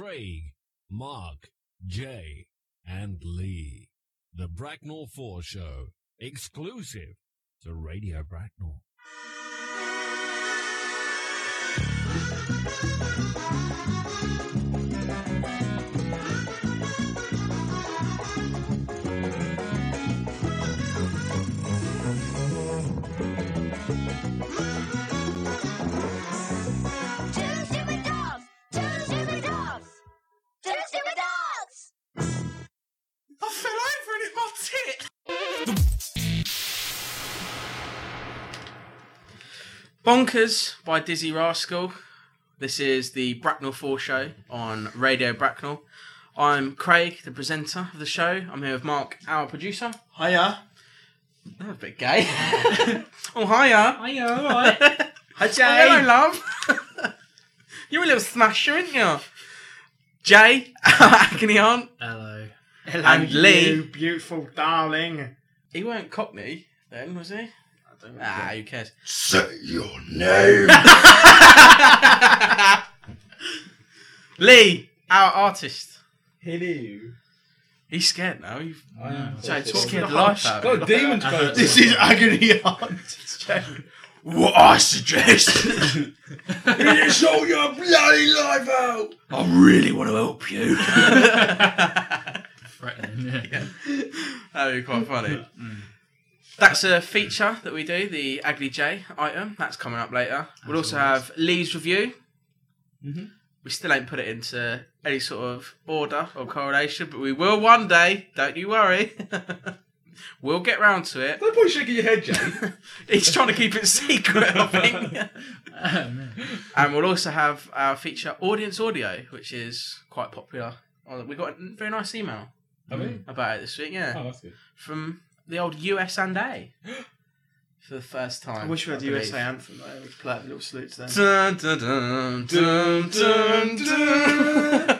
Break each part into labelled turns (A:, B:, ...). A: Craig, Mark, Jay, and Lee. The Bracknell 4 Show, exclusive to Radio Bracknell.
B: Two stupid dogs! Two stupid dogs! Two stupid dogs!
C: I fell over and hit my tit. Bonkers by Dizzy Rascal. This is the Bracknell 4 show on Radio Bracknell. I'm Craig, the presenter of the show. I'm here with Mark, our producer.
D: Hiya.
C: That was a bit gay. oh, hiya.
D: Hiya, alright. Hi, Jay.
C: Oh, hello, love. You're a little smasher, aren't you? Jay, agony aunt.
D: Hello.
C: And Lee.
D: you beautiful darling.
C: He weren't Cockney then, was he?
D: I don't
C: Ah, who cares?
E: Say your name.
C: Lee, our artist.
D: Hello.
C: He's scared now. He's
D: Jay, talk
C: scared
D: scared
C: the life out of him.
D: demons
E: this is agony aunt. What I suggest is sort your bloody life out. I really want to help you.
C: That'd be quite funny. That's a feature that we do, the Agly J item. That's coming up later. We'll
D: As
C: also
D: always.
C: have Lee's review.
D: Mhm.
C: We still ain't put it into any sort of order or correlation, but we will one day. Don't you worry. we'll get round to it.
D: Don't point shaking your head, Jay.
C: He's trying to keep it secret, I think. And we'll also have our feature audience audio, which is quite popular. Oh, We got a very nice email
D: Mm.
C: about it this week, yeah,
F: Oh, that's good.
C: from the old US and A for the first time.
D: I wish we had
C: I
D: the USA
C: believe.
D: anthem though. We could play a little salute to them.
C: Dun, dun, dun, dun, dun,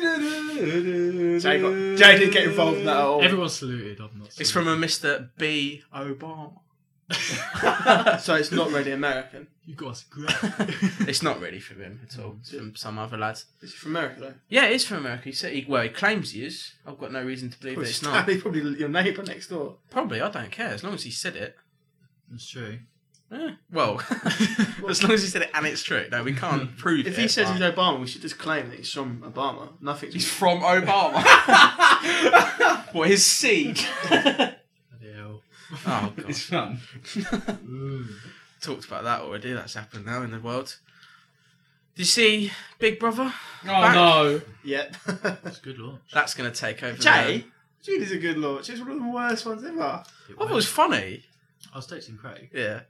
C: dun.
D: Jay, got, Jay didn't get involved in that at all.
F: Everyone saluted. I've not.
C: It's from
F: saluted.
C: a Mr. B. Obama.
D: so it's not really American.
F: You guys.
C: It's not really from him at all. It's from some other lad.
D: It's from America though.
C: Yeah, it is from America. He said, he, well, he claims he is. I've got no reason to believe that it's not.
D: Probably, probably your neighbour next door.
C: Probably, I don't care as long as he said it.
F: That's true.
C: Eh, Well, as long as he said it and it's true. No, we can't prove
D: If
C: it.
D: he says
C: but-
D: he's Obama, we should just claim that he's from Obama. Nothing's.
C: he's from Obama, what his seed?
F: Bloody hell.
C: oh god,
G: fun.
F: Ooh.
C: talked about that already. That's happened now in the world. Do you see Big Brother?
G: Oh no.
D: Yep.
F: That's a good launch.
C: That's going to take over.
D: Jay, Jude is a good launch. It's one of the worst ones ever.
F: It
C: I thought it
F: was.
C: was funny.
F: I was texting Craig.
C: Yeah.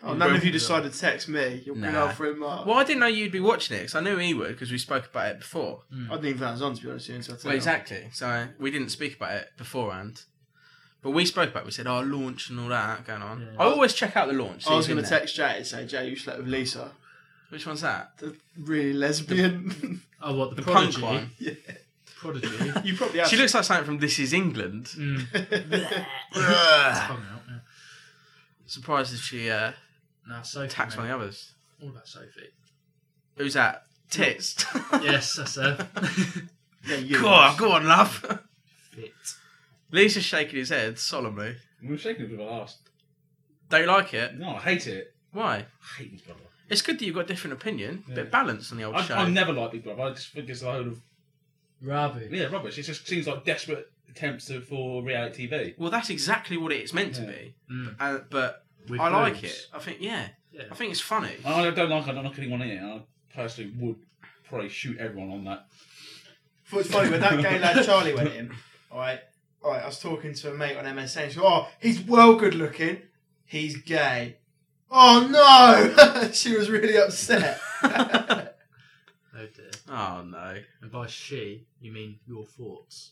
D: Oh,
C: You
D: none
C: won't
D: of you
F: do
D: decided to text me. You're good
C: Nah.
D: old friend Mark.
C: Well, I didn't know you'd be watching it because I knew he would because we spoke about it before.
D: I didn't even know it was on, to be honest with you. So I
C: Well, exactly. So we didn't speak about it beforehand, but we spoke about. it. We said, "Oh, launch and all that going on."
F: Yeah.
C: I always check out the launch. see
D: I was
C: who's in
D: going to
C: there.
D: text Jay and say, Jay, you slept with Lisa.
C: Which one's that?
D: The really lesbian.
F: Oh, what the,
C: The
F: prodigy?
C: punk one.
D: yeah.
F: Prodigy.
D: You probably have.
C: She looks like something from This Is England.
F: mm.
C: Ugh.
F: Tongue out. Yeah.
C: Surprised if she uh,
F: Nah, Sophie.
C: attacks
F: mate.
C: one of the others.
F: All about Sophie.
C: Who's that? Tits.
F: yes, that's her.
D: yeah, you.
C: Go on, go on, love.
F: Fit.
C: Lisa's shaking his head solemnly.
G: I'm shaking with our ass.
C: Don't you like it?
G: No, I hate it.
C: Why?
G: I hate Big Brother.
C: It's good that you've got a different opinion,
G: Yeah.
C: but balance on the old show.
G: I, I never liked Big Brother. I just think it's a load of
F: Ravi.
G: yeah rubbish. It just seems like desperate attempts to, for reality TV.
C: Well, that's exactly what it's meant to
G: Yeah.
C: be.
F: Mm.
C: Uh, but
F: With
C: I like
F: boobs.
C: it. I think, yeah,
F: Yeah.
C: I think it's funny.
G: And I don't like. I don't like anyone in it. and I personally would probably shoot everyone on that.
D: Thought it's funny when that gay lad Charlie went in. All right, all right. I was talking to a mate on MSN. She said, "Oh, he's well good looking. He's gay." Oh no! she was really upset.
F: Oh dear.
C: Oh no.
F: And by she, you mean your thoughts.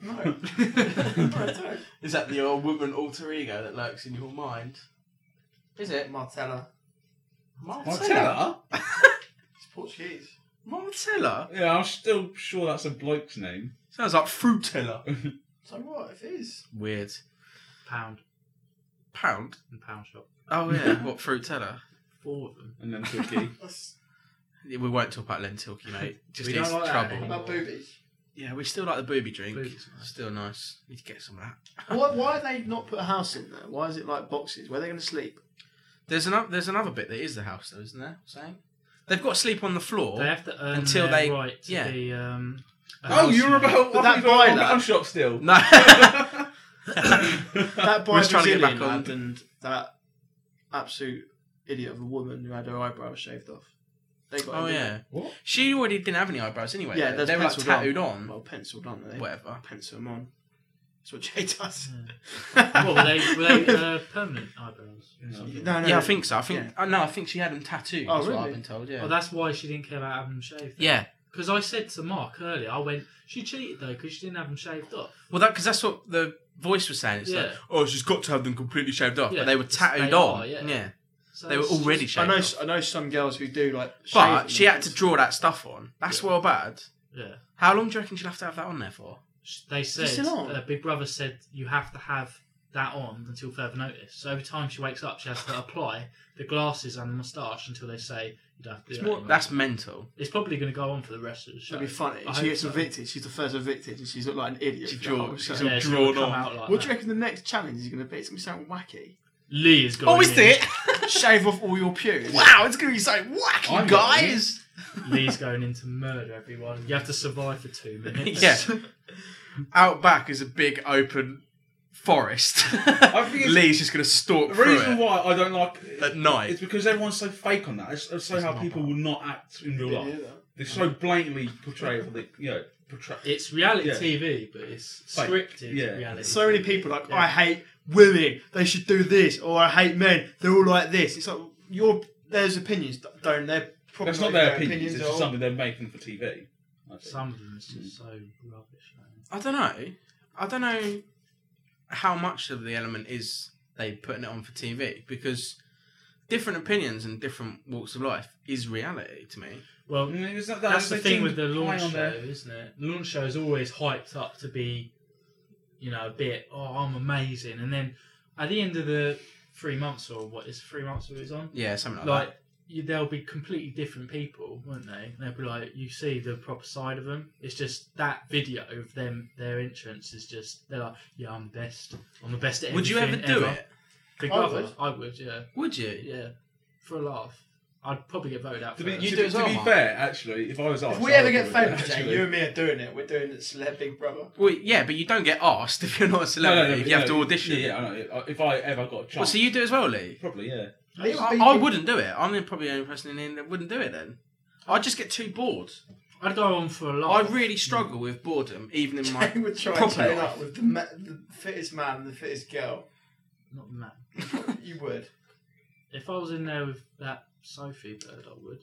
D: no, no, I don't.
C: Is that the old woman alter ego that lurks in your mind? Is it?
D: Martella.
G: Martella.
D: It's Portuguese.
C: Martella?
G: Yeah, I'm still sure that's a bloke's name.
C: Sounds like Frutella.
D: So what? If it is,
C: Weird.
F: Pound
C: Pound?
F: and pound shop.
C: Oh yeah, what Frutella?
F: Four of them.
G: And then Vicky.
D: that's
C: We won't talk about lentilki, mate. Just
F: We don't
C: is
F: like that
C: trouble.
F: anymore.
D: About boobies.
C: Yeah, we still like the booby drink.
F: Boobies, mate.
C: Still nice. Need to get some of that.
D: Why, why have they not put a house in there? Why is it like boxes? Where are they going to sleep?
C: There's another there's another bit that is the house though, isn't there? Saying they've got to sleep on the floor.
F: They have to earn
C: Until
F: their
C: they-
F: right to
C: yeah.
F: be. Um, a
G: Oh, you're
F: housemate.
G: about
D: But
G: I
D: that
G: thought you were on
D: boiler-
G: Metal Shop still.
C: No.
D: That boy
C: We're just trying to get
D: Brazilian
C: back on.
D: lad and that absolute idiot of a woman who had her eyebrows shaved off. They got
C: oh
D: him,
C: yeah.
G: What?
C: She already didn't have any eyebrows anyway.
D: Yeah,
C: though.
D: there's
C: they were like
D: penciled on.
C: tattooed
D: didn't they?
C: on.
D: Well, penciled, aren't they?
C: Whatever.
D: Pencil them on. That's what Jay does.
F: What, were they, were they uh, permanent eyebrows? or something?
D: No, no.
C: Yeah, I think so. I think
D: Yeah.
C: oh, no, I think she had them tattooed.
D: Oh,
C: that's what
D: really?
C: I've been told. Yeah.
F: Oh, that's why she didn't care about having them shaved.
C: yeah.
F: Because I said to Mark earlier, I went, she cheated though because she didn't have them shaved off.
C: Well, that because that's what the voice was saying. It's like,
F: Yeah.
C: oh, she's got to have them completely shaved off,
F: Yeah,
C: but they were
F: it's-
C: tattooed
F: they
C: on.
F: are,
C: yeah.
F: yeah. So
C: they were
F: it's just-
C: already
D: I
C: shaved.
D: know.
C: off.
D: I know some girls who do like. shave them
C: But she had to
D: and-
C: draw that stuff on. That's well bad.
F: Yeah.
C: How long do you reckon she'll have to have that on there for?
F: Sh- They said,
D: still on?
F: uh, Big Brother said you have to have that on until further notice. So every time she wakes up, she has to apply the glasses and the moustache until they say you don't have to do
C: It's
F: that
C: more,
F: anymore."
C: that's mental.
F: It's probably going to go on for the rest of the show.
D: That'd be funny.
F: I
D: she
F: hope
D: gets
F: so.
D: evicted. She's the first evicted, and she's looked like an idiot.
C: She
D: for the whole
C: draws-
D: show.
C: she's
F: Yeah, it's
C: Drawn
F: gonna come
C: on.
F: out
D: What
F: like
D: do
F: that.
D: you reckon the next challenge is going to be? It's going to sound wacky.
F: Lee is going.
C: Oh, is
F: in.
C: it?
D: Shave off all your pubes.
C: Wow, it's gonna be so wacky,
G: I'm
C: guys.
F: Lee's going in to murder everyone. You have to survive for two minutes.
C: Yeah. Out back is a big open forest.
G: think it's-
C: Lee's just gonna stalk
G: The
C: through
G: reason
C: it
G: why I don't like
C: at night.
G: it's because everyone's so fake on that. It's, it's so how people will not act in real life. They so blatantly portray what they, you know, portray.
F: It's reality
G: Yeah.
F: TV, but it's
G: Fake.
F: scripted
G: Yeah.
F: reality.
D: So many people like,
F: Yeah.
D: I hate women. They should do this, or I hate men. They're all like this. It's like your there's opinions that don't. They're probably
G: That's not
D: even
G: their opinions. It's
D: at
G: just
D: all.
G: something they're making for TV. I think.
F: Some of them is
C: Mm.
F: just so rubbish. man.
C: I don't know. I don't know how much of the element is they putting it on for TV because different opinions and different walks of life is reality to me.
F: Well,
G: Mm, it's not that,
F: that's the
G: they
F: thing
G: seem
F: with the
G: to
F: launch
G: play on
F: show,
G: their-
F: isn't it? The launch show is always hyped up to be, you know, a bit. Oh, I'm amazing, and then at the end of the three months or what is it, three months that it's on,
C: Yeah, something like,
F: like you, they'll be completely different people, won't they? They'll be like, you see the proper side of them. It's just that video of them, their entrance is just they're like, yeah, I'm the best. I'm the best at
C: that. Would you ever
F: everything
C: do
F: ever."
C: it?
F: Big
D: I
F: Brother,
D: would.
F: I would, yeah,
C: Would you?
F: yeah, for a laugh. I'd probably get voted out.
G: To
F: For
G: be,
F: it.
G: Uh, to,
C: do
G: be-
C: as
G: to
C: well,
G: be
C: Mark.
G: fair, actually, if I was asked,
D: If we
G: I
D: ever
G: would
D: get
G: do it,
D: famous, Jay,
G: actually.
D: you and me are doing it. We're doing this let Big Brother.
C: Well, yeah, but you don't get asked if you're not a
G: No, no,
C: celebrity.
G: no,
C: you have
G: no,
C: to audition.
G: Yeah, yeah, I know. If I ever got a chance,
C: Well, so you do as well, Lee.
G: probably yeah.
D: It would
C: I,
D: be-
C: I wouldn't do it. I'm the- probably the only person in here that wouldn't do it. Then I'd just get too bored.
F: I'd go on for a
C: I
F: laugh.
C: really struggle with boredom, even in my
D: Jay would try and
C: proper
D: turn
C: life.
D: up with the, ma- the fittest man and the fittest girl.
F: Not mad.
D: You would.
F: If I was in there with that Sophie bird, I would.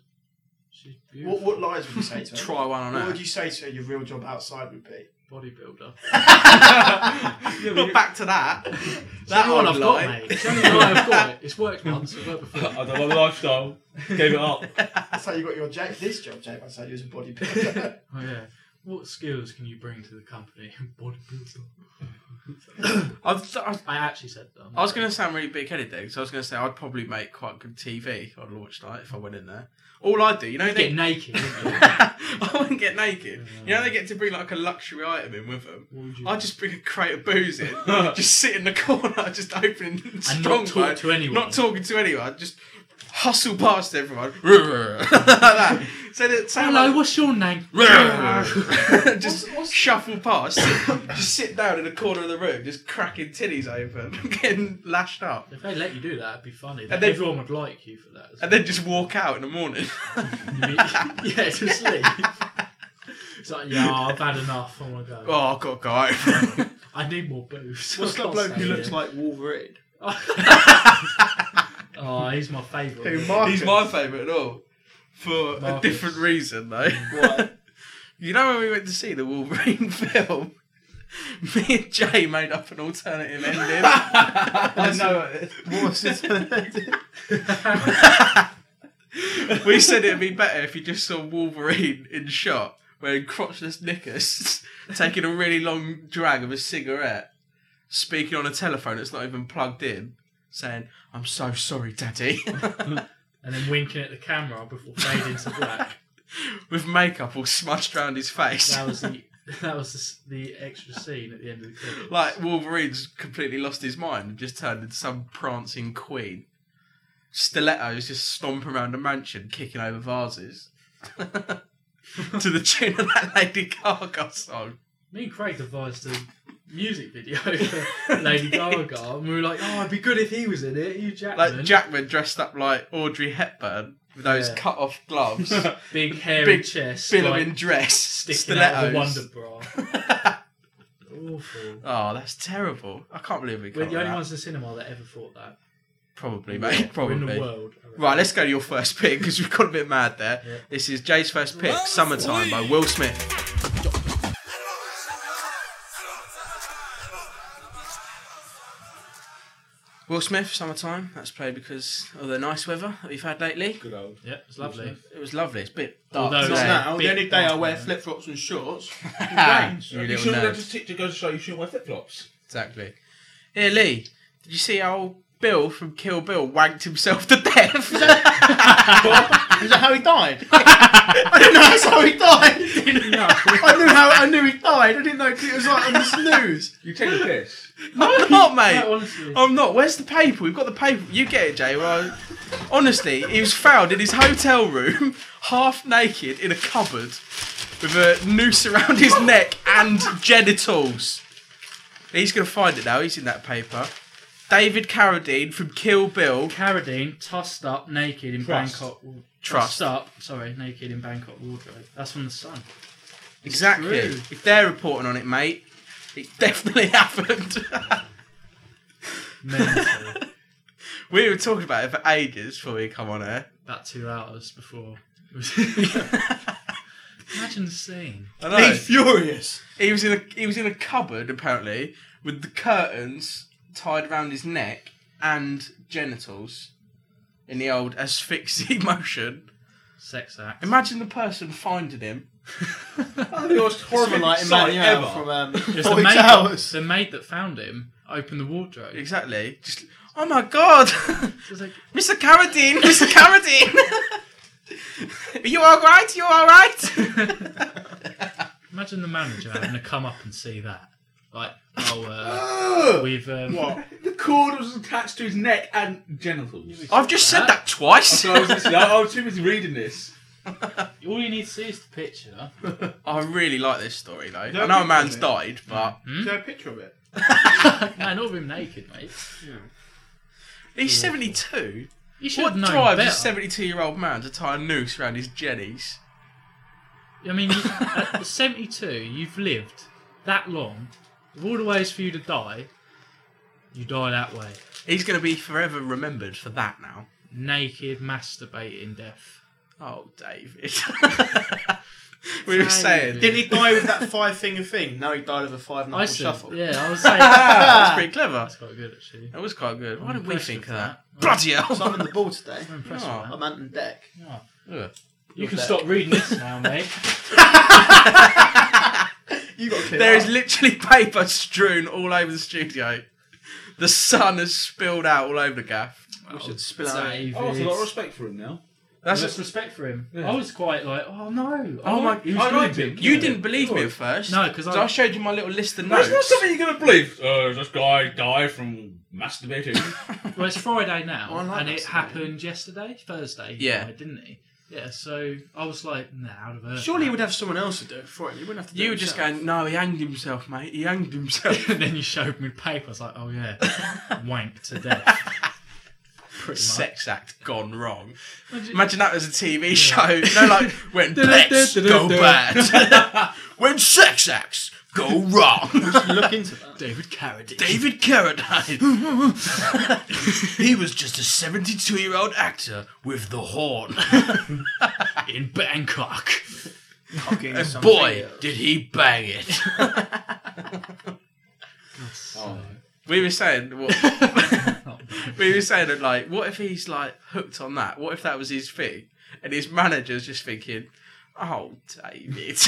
F: She's beautiful.
D: What, what lies would you say to her?
C: Try one on
D: What would
C: earth.
D: you say to her your real job outside would be?
F: Bodybuilder.
C: Well, back to that.
F: That
C: That
F: one
C: old
F: I've
C: lie.
F: got, mate. It's the only one I've got. It's worked once. It worked before.
G: I don't like the lifestyle. Gave it up.
D: That's how you got your Jay, this job, Jay. That's how you was a bodybuilder.
F: Oh, yeah. What skills can you bring to the company? Bodybuilder.
C: I've, I've
F: I actually said that.
C: I was going to sound really big headed there because I was going to say I'd probably make quite good TV on launch night if I went in there. All I'd do, you know,
F: You'd get
C: they.
F: naked. Wouldn't you?
C: I wouldn't get naked. You know, they get to bring like a luxury item in with them.
F: What would you
C: I'd
F: do?
C: just bring a crate of booze in, just sit in the corner, just opening
F: and
C: strong
F: not talk to anyone.
C: Not talking to anyone, just hustle past everyone. like that. So that sound
F: Hello,
C: like-
F: what's your name?
C: just shuffle past, just sit down in the corner of the room, just cracking titties open, getting lashed up.
F: If they let you do that, it'd be funny.
C: And then-
F: everyone would like you for that. as
C: and then just walk out in the morning.
F: well. yeah, just leave. It's like, yeah, I've had enough. I want to go.
C: oh, I've got to go home.
F: I need more booze.
D: What's that bloke who looks like Wolverine?
F: Oh, he's my favourite.
D: Who Marcus?
C: He's my favourite at all. For a
F: Marcus.
C: different reason, though.
D: What?
C: You know when we went to see the Wolverine film? Me and Jay made up an alternative ending.
D: What was his-
C: we said it'd be better if you just saw Wolverine in shot wearing crotchless knickers, taking a really long drag of a cigarette, speaking on a telephone that's not even plugged in, saying, I'm so sorry, Daddy.
F: and then winking at the camera before fading to black.
C: with makeup all smudged around his face.
F: That was the that was the, s- the extra scene at the end of the credits.
C: like Wolverine's completely lost his mind and just turned into some prancing queen. Stilettos just stomping around a mansion, kicking over vases. to the tune of that Lady Gaga song.
F: me and Craig devised a music video for Lady Gaga, and we were like, "Oh, it'd be good if he was in it." You Jackman,
C: Like Jackman dressed up like Audrey Hepburn with those
F: Yeah.
C: cut off gloves,
F: big hairy
C: big
F: chest,
C: billowing
F: like,
C: dress,
F: sticking out of the
C: stilettos.
F: Wonder Bra. Awful.
C: oh, that's terrible. I can't believe we
F: We're
C: can't.
F: the only
C: that.
F: ones in cinema that ever thought that.
C: Probably, mate.
F: We're in the
C: Probably.
F: world. I reckon.
C: Right, let's go to your first pick because we've got a bit mad there.
F: Yeah.
C: This is Jay's first pick, Summertime by Will Smith. Will Smith, Summertime. That's played because of the nice weather that we've had lately.
G: Good old.
F: Yeah, it's lovely.
C: It was lovely. It's a bit dark.
F: Although
C: isn't
F: it's
C: it?
F: not-
D: now, the
F: big
D: only day I
F: part,
D: wear
F: yeah.
D: flip flops and shorts.
C: you
G: Ah, You
C: little
G: shouldn't
C: nerd.
G: have just ticked to go to show you shouldn't wear flip flops.
C: Exactly. Here, Lee, did you see how old Bill from Kill Bill wanked himself to death?
D: Is that how he died? I didn't know that's how he died. I knew how I knew he died. I didn't know it was like on the snooze.
G: You take the piss.
C: I'm not, mate.
F: No, honestly,
C: I'm not. Where's the paper? We've got the paper. You get it, Jay. Well, honestly, he was found in his hotel room, half naked in a cupboard, with a noose around his neck and genitals. He's gonna find it now. He's in that paper. David Carradine from Kill Bill.
F: Carradine tossed up naked in
G: Trust.
F: Bangkok. wa-
C: Trust.
F: Tossed up, sorry, naked in Bangkok wardrobe. That's from the Sun.
C: Exactly.
F: true.
C: If they're reporting on it, mate, it definitely happened.
F: Mental.
C: we were talking about it for ages before we come on air.
F: About two hours before. Imagine the scene.
C: I know.
D: He's furious.
C: He was in a he was in a cupboard apparently with the curtains tied around his neck and genitals in the old asphyxie motion.
F: Sex act.
C: Imagine the person finding him.
G: the most
D: Horrible like in
G: sight
D: Man
G: ever.
D: ever. from um,
F: It's the
D: Forty
F: maid,
D: Towers.
F: the maid that found him opened the wardrobe.
C: Exactly. Just oh my god,
F: She was like,
C: Mr. Carradine, Mr. Carradine. Are you all right? You all right?
F: imagine the manager having to come up and see that. Like, oh, uh,
G: Ugh!
F: we've. Um,
G: What? The cord was attached to his neck and genitals.
C: I've just said that twice.
G: So I was, listening- I was too busy reading this.
F: All you need to see is the picture.
C: I really like this story though. I
D: Don't
C: know a
D: be
C: man's
D: funny.
C: died, but
G: Mm.
D: Is there a picture of it?
F: no, not of him naked, mate.
C: he's seventy-two.
F: You should
C: What
F: have known
C: drives
F: better.
C: a 72 year old man to tie a noose around his jennies?
F: I mean, you, at 72, you've lived that long. Of all the ways for you to die, you die that way.
C: He's going to be forever remembered for that now.
F: Naked, masturbating death.
C: Oh, David. we were saying.
F: David.
D: Did he die with that five finger thing? No, he died with a five
F: I
D: knuckle
F: said,
D: shuffle.
F: yeah, I was saying
C: That's pretty clever.
F: that's quite good actually.
C: That was quite good. Why
F: I'm
C: did we
F: impressed
C: think
F: with
C: of that?
F: that.
C: Bloody hell.
D: So I'm in the ball today.
F: I'm impressed
C: Oh,
F: with that.
D: I'm Ant and Deck.
C: Ugh.
F: You can stop reading this now, mate.
D: You got clear
C: There
D: up.
C: is literally paper strewn all over the studio. The sun has spilled out all over the gaff.
D: We should spill Oh, out.
F: David.
G: Oh, I've got a lot of respect for him now.
C: That's
F: Less
C: just,
F: respect for him.
G: Yeah.
F: I was quite like, oh no.
C: oh my!
G: was
C: I liked
G: good.
C: it. You
G: Yeah.
C: didn't believe me at first.
F: No, 'cause
C: I...
F: I-
C: showed you my little list of notes.
G: That's not something you're going to believe. Uh, this guy died from masturbating.
F: Well, it's Friday now,
D: Oh, I like
F: and
D: that
F: it
D: story.
F: happened yesterday, Thursday. he
C: Yeah.
F: died, didn't he? Yeah. So I was like, nah, out of earth.
D: Surely he would have someone else to do it for him. He wouldn't have to do
C: You
D: it
C: were just
D: himself.
C: going, no, he hanged himself, mate. He hanged himself.
F: and then you showed me the paper. I was like, oh yeah, wank to death. Pretty much.
C: sex act gone wrong.
F: Imagine-
C: Imagine that was a TV show. No, like when blacks go bad, when sex acts go wrong.
D: Look into that.
F: David Carradine.
C: David Carradine. he was just a 72-year-old actor with the horn.
F: in Bangkok.
C: And boy, did he bang it. We were saying what we were saying that like, what if he's like hooked on that? What if that was his thing? And his manager's just thinking, Oh David.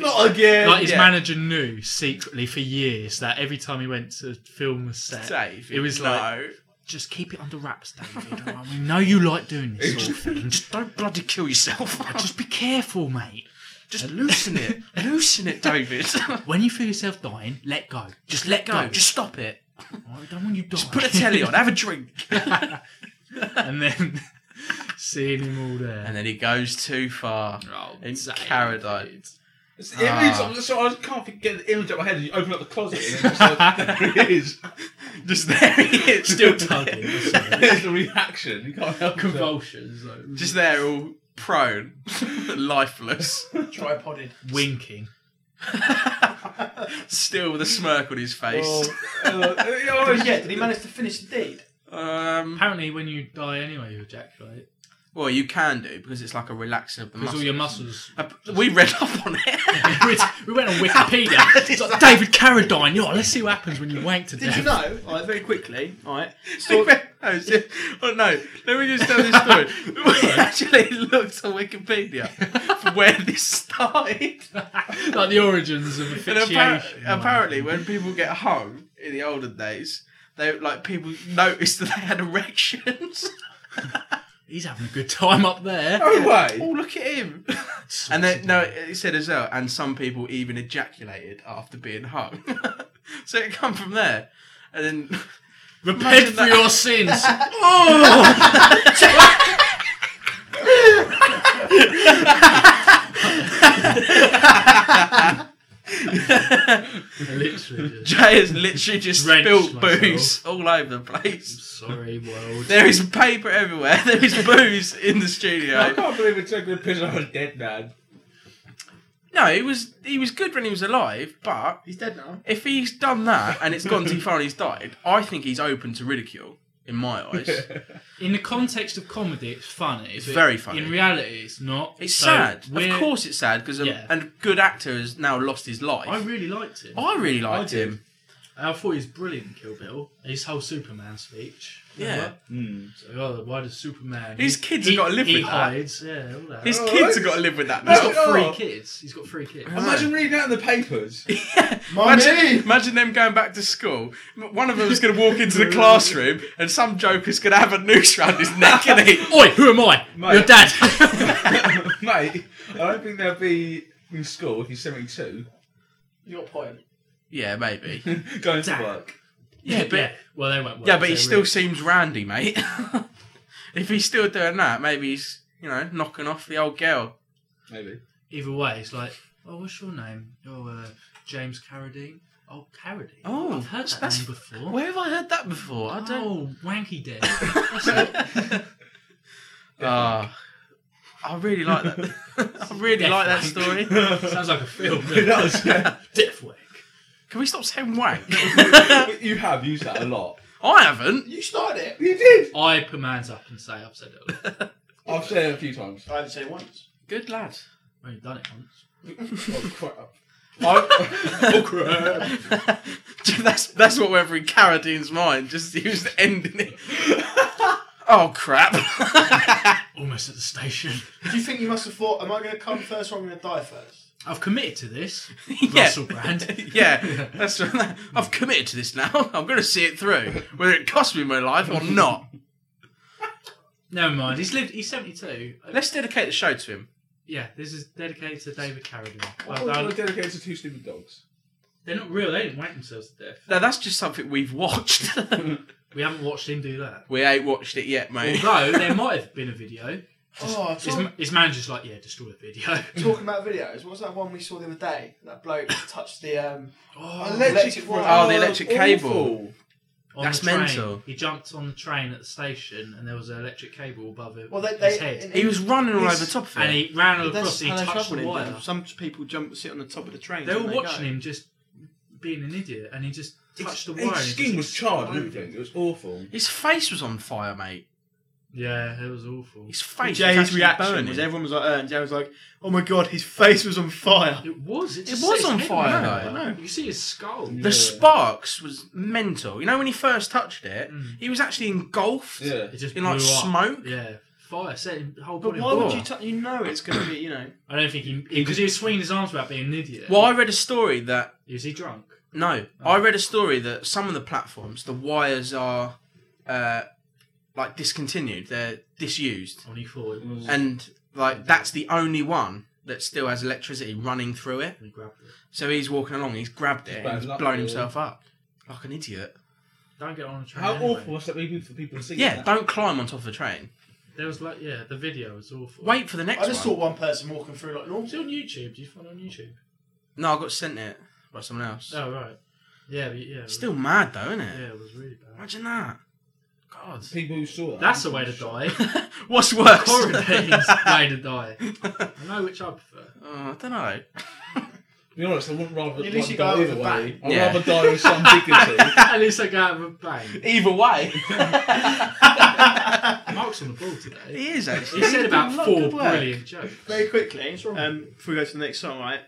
D: Not again.
F: Like his
C: Yeah.
F: manager knew secretly for years that every time he went to film a set,
C: David.
F: it was
C: no.
F: like Just keep it under wraps, David. all right? we know you like doing this sort of thing. Just,
C: Just don't bloody kill yourself.
F: just be careful, mate.
C: Just loosen it. loosen it, David.
F: When you feel yourself dying, let go.
C: Just let go. Just stop it.
F: all right? we don't want you dying.
C: Just put a telly on. Have a drink.
F: and then seeing him all there.
C: And then he goes too far.
F: oh,
C: In
F: David.
C: Caradite.
G: It's the image.
C: Ah.
G: I'm so I can't fi- get the image out of my head. And you open up the closet, and it's like, there it is.
C: Just there he is, still
F: tugging.
C: tugging.
G: There's the reaction. You can't help it.
F: Convulsions, like,
C: Just there, all prone, lifeless,
D: Tripoded.
F: winking.
C: still with a smirk on his face.
G: uh,
D: Oh, yeah, did he manage to finish the deed?
C: Um,
F: Apparently, when you die anyway, you ejaculate
C: well, you can do because it's like a relaxing of the
F: because
C: muscles.
F: all your muscles.
C: Uh, we read up on it.
F: we we went on Wikipedia. It's like, David Carradine. You know, let's see what happens when you wank to
D: Did
F: death.
D: you know? All right, very quickly. All right.
C: We
D: So,
C: read those, yeah. oh no! Let me just tell this story. We actually looked on Wikipedia for where this started.
F: like the origins of
C: And appar-
F: asphyxiation.
C: apparently, when people get home in the olden days, they like people noticed that they had erections.
F: he's having a good time up there.
G: No way.
C: oh, look at him! and then no, it said as well. And some people even ejaculated after being home. so it come from there. And then
F: Repent
C: imagine
F: for
C: that.
F: your sins. oh, literally. Just,
C: Jay has literally just
F: Drenched
C: spilled
F: myself.
C: booze all over the place.
F: sorry, world.
C: There is paper everywhere. There is booze in the
G: I
C: studio.
G: can't believe we're taking a piss out of a dead man.
C: No, he was he was good when he was alive, but
D: he's dead now.
C: if he's done that and it's gone too far and he's died, I think he's open to ridicule. In my eyes,
F: In the context of comedy, it's funny. It's
C: very funny.
F: In reality, it's not.
C: it's
F: So
C: sad.
F: we're-
C: Of course, it's sad because a,
F: Yeah.
C: and a good actor has now lost his life.
F: I really liked it.
C: I really liked
G: I did.
C: him.
F: I thought he was brilliant in Kill Bill. His whole Superman speech.
C: Yeah.
G: Mm.
F: So, oh, why does Superman?
C: His kids
F: he,
C: have gotta live
F: he
C: with that.
F: hides. Yeah, all that.
C: His
G: Oh,
C: kids
G: that's-
C: have got to live with that
F: He's
C: now.
G: Oh,
F: got three
G: God.
F: kids. He's got three kids.
G: Imagine reading that in the papers.
D: Mommy!
C: Imagine, imagine them going back to school. One of them is going to walk into the classroom, and some joker's going to have a noose round his neck, and he.
F: Oi, who am I?
G: Mate.
F: Your dad.
G: Mate, I don't think there'll be in school if he's 72
D: Your point.
C: Yeah, maybe.
G: going to
F: Damn.
G: work.
C: Yeah, but yeah,
F: yeah. Well, they won't. Work,
C: but he
F: so
C: still
F: really-
C: seems randy, mate. if he's still doing that, maybe he's you know knocking off the old girl.
G: Maybe.
F: Either way, it's like, oh, what's your name? Oh, uh, James Carradine. Oh, Carradine.
C: Oh,
F: I've heard that
C: that's-
F: name before.
C: Where have I heard that before? I don't.
F: Oh, wanky dead. That's it.
C: Ah, I really like that. I really
F: Death
C: like that
F: wank.
C: story.
F: Sounds like a film.
G: It does, yeah.
F: Death wank.
C: Can we stop saying wank?
G: But you have used that a lot.
C: I haven't.
D: You started it.
G: You did.
F: I put man's up and say I've said it. I've
G: I've said it a few times.
D: I haven't said it once.
C: Good lad.
F: only done it once.
G: Oh, crap.
C: that's that's what went through Carradine's mind. Just he was ending it. oh crap!
F: Almost at the station.
D: Do you think you must have thought, am I going to come first or am I going to die first?
F: I've committed to this.
C: Yeah.
F: Russell Brand.
C: yeah, that's I've committed to this now. I'm going to see it through, whether it costs me my life or not.
F: Never mind. He's lived. He's seventy-two.
C: Let's dedicate the show to him.
F: Yeah, this is dedicated to David Carradine.
G: I
F: Well,
G: was
F: they're-
G: dedicated to two stupid dogs.
F: they're not real. They didn't wank themselves to death.
C: No, that's just something we've watched.
F: We haven't watched him do that.
C: we ain't watched it yet, mate.
F: Although there might have been a video.
D: oh,
F: His,
D: talk,
F: his manager's like, yeah, destroy the video.
D: talking about videos, what was that one we saw the other day? That bloke touched the. um
F: Oh,
D: Electric
C: Oh, the electric cable.
G: awful.
F: on
C: that's
F: the train.
C: mental.
F: He jumped on the train at the station, and there was an electric cable above it,
D: Well, they,
F: his
D: they,
F: head,
C: He was running all
D: This-
C: over top of it.
F: and he ran across.
D: That's
F: He
D: how they
F: touched
D: travel
F: the
D: in
F: wire.
D: Devon. Some people jump, sit on the top of the train.
F: They
D: and
F: were
D: go.
F: watching him just being an idiot, and he just touched the wire.
G: His
F: and it
G: skin
F: just
G: was charred and
F: exploded.
G: everything. It was awful.
C: His face was on fire, mate.
F: Yeah, it was awful.
C: His face. was
D: Jay's
C: actually
D: reaction
C: burning.
D: was everyone was like, uh, and Jay was like, "Oh my god, his face was on fire."
F: It was. It, just
C: was
F: his
C: on
F: head
C: fire,
F: went
C: though. Mm.
F: over. You see his skull.
G: Yeah.
C: The sparks was mental. You know when he first touched it,
F: Mm.
C: he was actually engulfed
G: Yeah.
F: It just
C: in like
F: blew up.
C: smoke.
F: Yeah, fire set him whole
D: But
F: body.
D: why
F: on
D: would
F: fire.
D: you? T- you know it's going to be, you know.
F: I don't think he because he was swinging his arms about being an idiot.
C: Well, I read a story that
F: Is he drunk?
C: Oh. no, I read a story that some of the platforms the wires are uh, like discontinued. They're disused,
F: Only E four. It was.
C: and like that's the only one that still has electricity running through it.
F: We grabbed it.
C: So he's walking along. He's grabbed it.
G: Bad
C: and He's
G: luck,
C: blown
G: really.
C: himself up like an idiot.
F: Don't get on a train.
G: How
F: anyway.
G: awful must that be for people to see?
C: Yeah,
G: that?
C: don't climb on top of a train.
F: There was like, yeah, the video was awful.
C: Wait for the next
D: I just
C: one.
D: saw one person walking through like normal.
F: was it on YouTube? Do you find it on YouTube?
C: No, I got sent it by someone else.
F: Oh right. Yeah, but yeah. it was-
C: Still mad though, isn't it?
F: Yeah, it was really bad.
C: Imagine that. God.
G: people who saw that.
F: That's a way to die.
C: What's worse?
F: Coronator's way to die.
C: oh,
F: I know which I prefer.
C: I don't know.
G: To be honest, I wouldn't rather
D: At least
G: like,
D: you
G: die
D: go
G: either
D: with a
G: way.
D: bang.
G: I'd
C: Yeah.
G: rather die with some dignity.
F: At least I go out with a bang.
C: Either way.
F: Mark's on the ball
C: it
F: today.
C: is actually.
F: He said about
C: Look,
F: four
C: good work.
F: brilliant jokes.
D: Very quickly, um, before we go to the next song, right?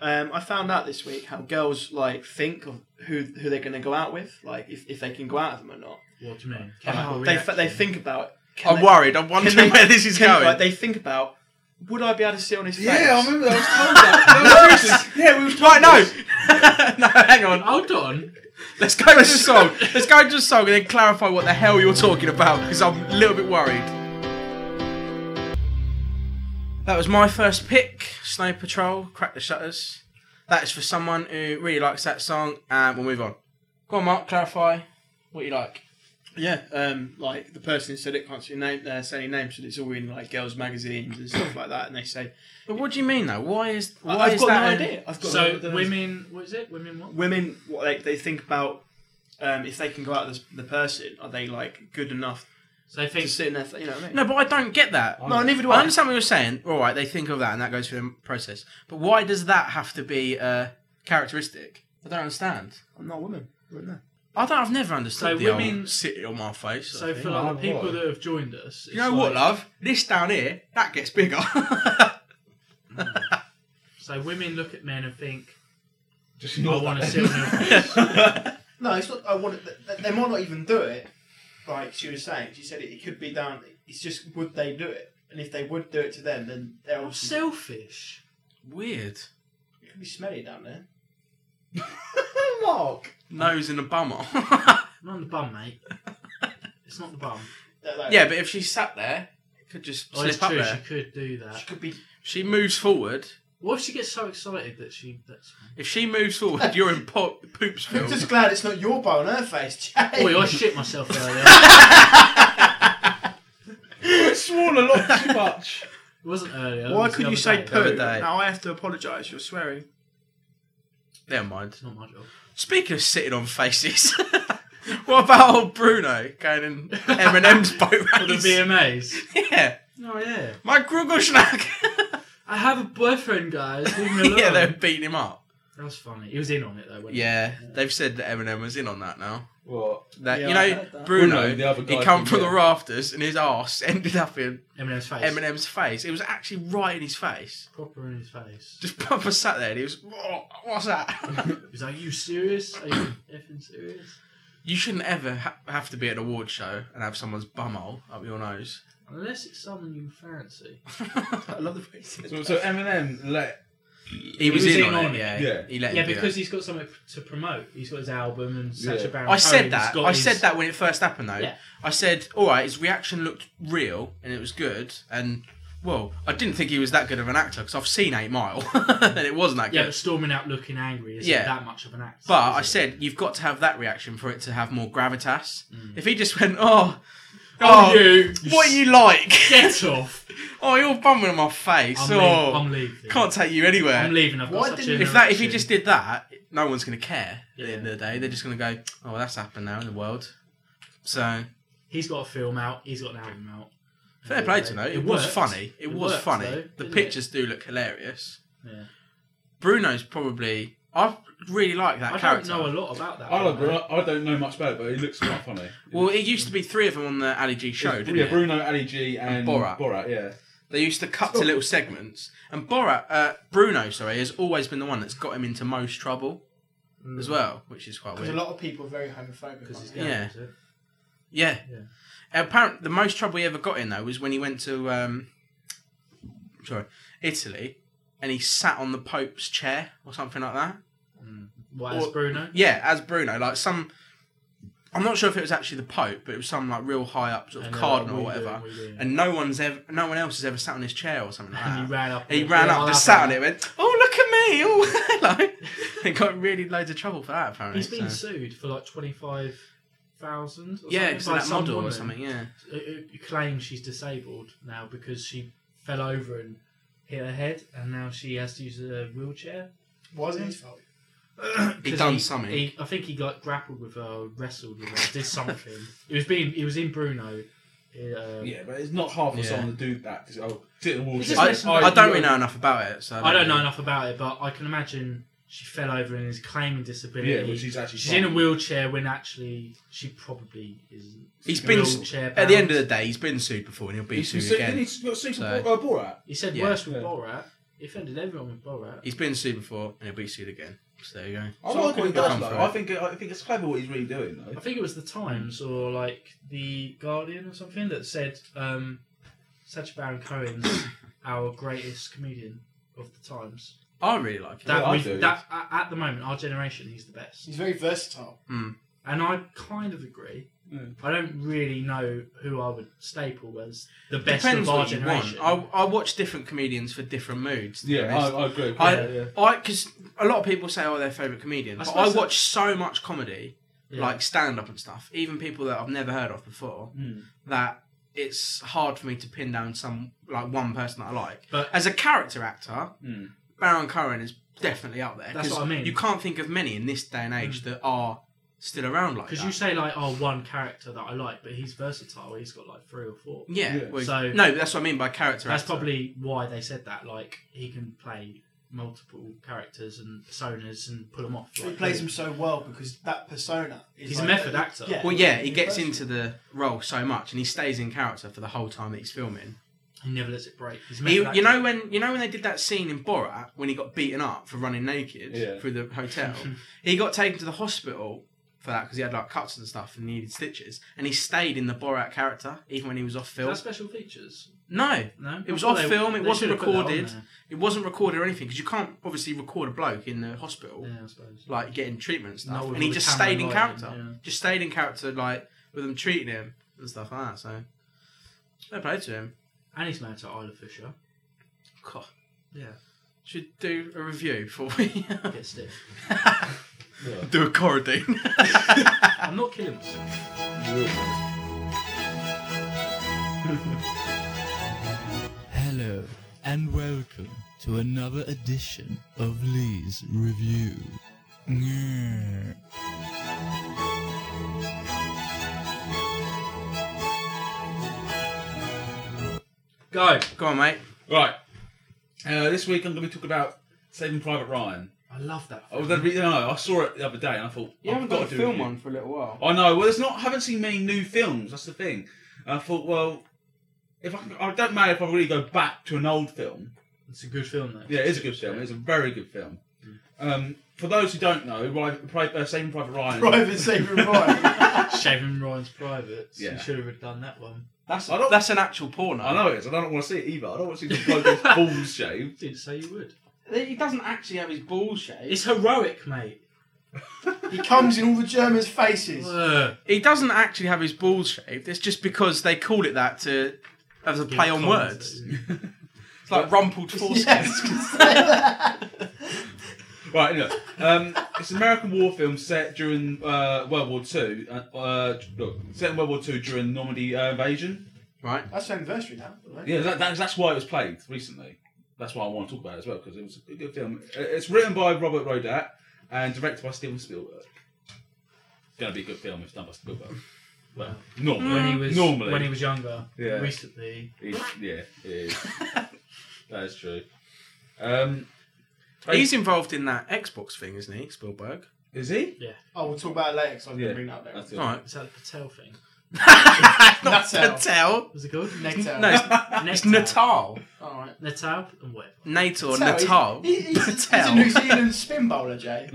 D: Um, I found out this week how girls like think of who who they're going to go out with, like if, if they can go out with them or not.
F: What do you mean?
D: Like,
F: Chemical
D: they f- they
F: reaction.
D: think about. Can
C: I'm worried. I'm wondering
D: they-
C: where this is
D: can-
C: going.
D: like, they think about. Would I be able to sit on his face?
G: yeah, I remember that. I was told that.
D: Yeah, we were
C: Right, no. no, hang on.
F: Hold on.
C: Let's go to the song. Let's go to the song and then clarify what the hell you're talking about because I'm a little bit worried. That was my first pick Snow Patrol, Crack the Shutters. That is for someone who really likes that song and we'll move on. Go on, Mark, clarify what you like.
D: Yeah, um, like the person who said it can't say name, uh, say any names, but it's all in like girls' magazines and stuff like that, and they say,
C: But what do you mean though? Why is why
D: "I've
C: is
D: got
C: that
D: no
C: a-
D: idea." I've got no
F: So
D: idea.
F: women, what is it? Women what?
D: women what they, they think about um, if they can go out with the person are they like good enough
F: So they
D: to
F: think
D: sit in there you know what I mean
C: No, but I don't get that.
D: no neither do
C: Oh, I
D: I
C: understand what you're saying. All right, they think of that and that goes through the process. But why does that have to be a characteristic? I don't understand.
D: I'm not a woman I don't know.
C: I don't. I've never understood
F: So
C: the
F: women-
C: old city on my face.
F: so for
G: Oh,
F: like, the people
G: right.
F: that have joined us.
C: you know what, love? This down here, that gets bigger.
F: So women look at men and think,
G: Just
F: I
G: ignore
F: want to
G: that.
F: sit on your face.
D: no it's not I want it, they, they might not even do it like she was saying she said it, it could be down it's just would they do it and if they would do it to them then they're
F: How
D: obviously
F: selfish.
C: Weird.
D: it could be smelly down there
G: Mark.
C: Nose in a bummer.
F: Not on the bum, mate. It's not the bum.
D: They're like-
C: yeah, but if she sat there, it could just
F: Oh, it's
C: slip up
F: true. She
C: there.
F: could do
D: she
F: that.
D: could be
C: She moves forward.
F: What if she gets so excited that she? That's
C: If she moves forward, you're in po- poops
D: I'm
C: field.
D: just glad it's not your bow on her face
C: Oh,
F: Oi, I
D: Jay.
F: shit myself earlier.
G: Sworn a lot too much.
F: It wasn't earlier. it
D: why
F: was the
D: could you
F: other
D: say
F: day.
D: poo
C: The other day.
D: now I have to apologise you're swearing
C: Never mind.
F: It's not my job.
C: Speaking of sitting on faces, what about old Bruno going in Eminem's boat
F: For the
C: race?
F: VMAs.
C: yeah,
F: Oh yeah.
C: my Grugelschnack.
F: I have a boyfriend, guys. Leave me alone.
C: yeah, they're beating him up.
F: That was funny. He was in on it though. Wasn't
C: Yeah, they've said that Eminem was in on that now.
G: What?
C: That
D: Yeah,
C: you
D: I
C: know,
D: heard that.
C: Bruno,
G: Bruno, the other
C: he
G: guy
C: come
G: from-
C: from the
G: yeah.
C: rafters and his ass ended up in
F: he? Eminem's face.
C: Eminem's face. It was actually right in his face.
F: Proper in his face.
C: Just proper sat there and he was, "Whoa, what's that?
F: He's like, "Are you serious? Are you effing serious?"
C: you shouldn't ever ha- have to be at an award show and have someone's bumhole up your nose.
F: Unless it's someone you fancy.
D: I love the way he said
G: So,
D: that.
G: so Eminem let.
C: he, was, in, on, it, yeah.
G: yeah.
C: He let
F: Yeah,
C: him do
F: because
C: it.
F: he's got something to promote. He's got his album and Sacha
G: Yeah.
F: Baron
C: I said
F: Cohen's
C: that.
F: got
C: I
F: his-
C: said that when it first happened, though.
F: Yeah.
C: I said, all right, his reaction looked real and it was good. And, well, I didn't think he was that good of an actor because I've seen Eight Mile and it wasn't that good.
F: Yeah, but storming out looking angry isn't
C: Yeah.
F: that much of an act.
C: But
F: is
C: I
F: it?
C: said you've got to have that reaction for it to have more gravitas. If he just went, oh,
F: Mm. Oh,
C: oh,
F: you.
C: what you like?
F: Get off.
C: oh, you're bumming on my face. oh,
F: I'm, leaving. I'm leaving.
C: can't take you anywhere.
F: I'm leaving. I've got
D: Why
F: such
D: didn't-
F: an
C: if that, if he
F: erection.
C: just did that, no one's gonna care. At the
F: Yeah.
C: end of the day, they're just gonna go, oh, that's happened now in the world. So
F: He's got a film out. He's got an album out.
C: fair play to him. though. It, was
F: worked.
C: funny. It, was
F: worked,
C: funny.
F: though,
C: the
F: didn't it?
C: pictures do look hilarious.
F: Yeah.
C: Bruno's probably. I really like that
F: I
C: character.
F: don't know a lot about that.
G: I
F: one,
G: love Bruno. I don't know much about it, but it looks quite funny.
C: Well, it used to be three of them on the Ali G show, didn't
G: yeah,
C: it?
G: Bruno, Ali G, and,
C: Borat.
G: Borat. yeah.
C: They used to cut to little segments, and Borat, uh, Bruno, sorry, has always been the one that's got him into most trouble
F: Mm.
C: as well, which is quite
D: because a
C: weird.
D: lot of people are very homophobic
F: Because he's
D: aren't
F: gay.
C: Yeah.
F: is it?
C: Yeah.
F: Yeah.
C: Apparently, the most trouble he ever got in though was when he went to, um, sorry, Italy, and he sat on the Pope's chair or something like that.
F: Mm. What, as
C: Or-
F: Bruno?
C: Yeah, as Bruno, like some I'm not sure if it was actually the Pope, but it was some like real high up sort of
F: And they're like,
C: cardinal or
F: "We do it,
C: whatever.
F: we do it."
C: And no one's ever, no one else has ever sat on his chair or something like that.
F: And he ran up.
C: He
F: and-
C: ran
F: Yeah,
C: up,
F: I'll
C: just
F: have
C: sat on
F: that.
C: it, went, "Oh look at me! Oh hello!" and got really loads of trouble for that. Apparently,
F: He's been
C: so.
F: sued for like twenty five thousand.
C: yeah, because that
F: some
C: model or
F: woman
C: something. Yeah,
F: who- who claims she's disabled now because she fell over and hit her head, and now she has to use a wheelchair.
D: Was it his fault?
C: he
F: 'Cause
C: done something.
F: He, I think he like grappled with her, wrestled with her, did something. He was being, he was in Bruno. Uh,
G: Yeah, but it's not hard for
C: Yeah.
G: someone to do that. Just, oh, sit in
F: It's
G: the water.
F: just
C: I,
F: messing
C: I
F: about-
C: don't really know enough about it, so
F: I don't know enough about it, but I can imagine she fell over and is claiming disability.
G: Yeah, which is actually
F: she's in a
G: fine.
F: wheelchair when actually she probably isn't.
C: He's
F: She's
C: been
F: wheelchair
C: at the end
F: bound.
C: of the day. He's been sued before, and he'll be
G: He's been
C: sued
G: su-
C: again.
G: he's got sued for
C: So-
G: Bor- uh, Borat.
F: He said
C: Yeah.
F: worse with
G: Yeah.
F: Borat. He offended everyone with Borat.
C: He's been sued before, and he'll be sued again. So there you go.
G: I
C: So
G: like what he
C: couldn't
G: does,
C: come
G: though.
C: for
G: I
C: it.
G: think I think it's clever what he's really doing, though.
F: I think it was the Times or like the Guardian or something that said um, Sacha Baron Cohen's our greatest comedian of the times.
C: I really like it.
F: That
G: Yeah, I
F: we
G: do.
F: that a- at the moment our generation he's the best,
D: He's very versatile.
C: Hmm.
D: Hmm.
F: and I kind of agree.
G: Mm.
F: I don't really know who I would staple as the best
C: Depends
F: of our
C: what you
F: generation.
C: want. I, I watch different comedians for different moods. to be
G: yeah, I,
C: honest.
G: I agree.
C: I-
G: yeah, yeah.
C: I because a lot of people say oh their favorite comedian,
F: I
C: but I
F: suppose that-
C: watch so much comedy,
F: Yeah.
C: like stand up and stuff, even people that I've never heard of before,
F: Mm.
C: that it's hard for me to pin down some like one person that I like.
F: But-
C: as a character actor,
G: Hmm.
C: Baron Cohen is definitely up there.
F: That's
C: 'cause
F: what I mean.
C: You can't think of many in this day and age that are still around like
F: because
C: that.
F: you say like oh one character that I like, but he's versatile. He's got like three or four.
C: yeah,
G: Yeah.
C: well,
F: So-
C: no, but that's what I mean by character.
F: That's
C: actor.
F: probably why they said that. Like he can play multiple characters and personas and pull them off.
D: He
F: like,
D: plays him so well because that persona is
F: He's
D: like-
F: a method actor.
D: Yeah.
C: Well, yeah, he gets into the role so much, and he stays in character for the whole time that he's filming.
F: He never lets it break. He's a
C: He,
F: method
C: you know
F: actor.
C: when you know when they did that scene in Borat when he got beaten up for running naked
G: Yeah.
C: through the hotel, he got taken to the hospital for that because he had like cuts and stuff and needed stitches, and he stayed in the Borat character even when he was off
F: Is
C: film.
F: that special features.
C: No,
F: No,
C: It was
F: I thought
C: off film, it
F: they
C: wasn't
F: should've put that on
C: recorded.
F: there.
C: it wasn't recorded or anything because you can't obviously record a bloke in the hospital
F: Yeah, I suppose.
C: like getting treatment and
F: Not
C: stuff,
F: with
C: and he
F: all the
C: just
F: camera
C: stayed in
F: lighting,
C: character,
F: yeah.
C: just stayed in character like with them treating him and stuff like that. So, fair play to him.
F: And he's married to Isla Fisher.
C: God.
F: Yeah,
C: Should do a review before we
F: get stiff.
C: do a corridine.
F: I'm not killing myself.
H: Hello and welcome to another edition of Lee's Review. Nyeh.
F: Go.
C: Go on, mate.
G: Right. Uh, this week I'm going to be talking about Saving Private Ryan.
F: I love that.
C: Oh,
G: I was gonna be, no, no, I saw it the other day and I thought I've got to do it.
C: for a little while.
G: I know. Oh, Well, there's not. I haven't seen many new films. That's the thing. And I thought, well, if I, can- I don't matter if I really go back to an old film.
F: It's a good film though.
G: Yeah, it is a good film. It's a very good film. Um, for those who don't know, Rive- Pri- uh, Saving Private Ryan.
D: Private Saving Ryan.
F: Shaving Ryan's privates.
G: Yeah.
F: You should have done that one.
C: That's
G: I don't-
C: that's an actual porno.
G: I know it is. I don't want to see it either. I don't want to see the bloke with balls shaved.
F: Didn't say you would.
C: He doesn't actually have his balls shaved.
F: It's heroic, mate.
D: he comes in all the Germans' faces.
F: Ugh.
C: He doesn't actually have his balls shaved. It's just because they called it that to as a play on words. It's like rumpled foreskin.
G: Right, anyway. Um, it's an American war film set during uh, World War Two. Uh, uh, look, set in World War Two during Normandy uh, invasion.
C: Right.
D: That's their anniversary now. Right?
G: Yeah, that, that's, that's why it was played recently. That's why I want to talk about it as well because it was a good film. Uh, It's written by Robert Rodat and directed by Steven Spielberg. It's going to be a good film if it's done by Spielberg. Well, normally,
F: When he was
G: normally,
F: when he was younger.
G: Yeah.
F: Recently.
G: He's- yeah, it is. that is true. Um,
C: He's involved in that Xbox thing, isn't he, Spielberg?
G: is he?
D: Oh, we'll talk about it later because I didn't
G: Yeah,
D: bring that up later.
G: That's it.
C: All right.
F: Is that the Patel thing?
C: Not
D: Natal.
C: Patel.
F: Was it called?
D: Natal.
C: No, it's, it's Natal.
D: All right.
F: Natal and whatever.
I: Mm.
C: Natal,
D: Patel,
C: Natal.
D: He's, he- he's, he's a
C: Patel.
D: New Zealand spin bowler, Jay.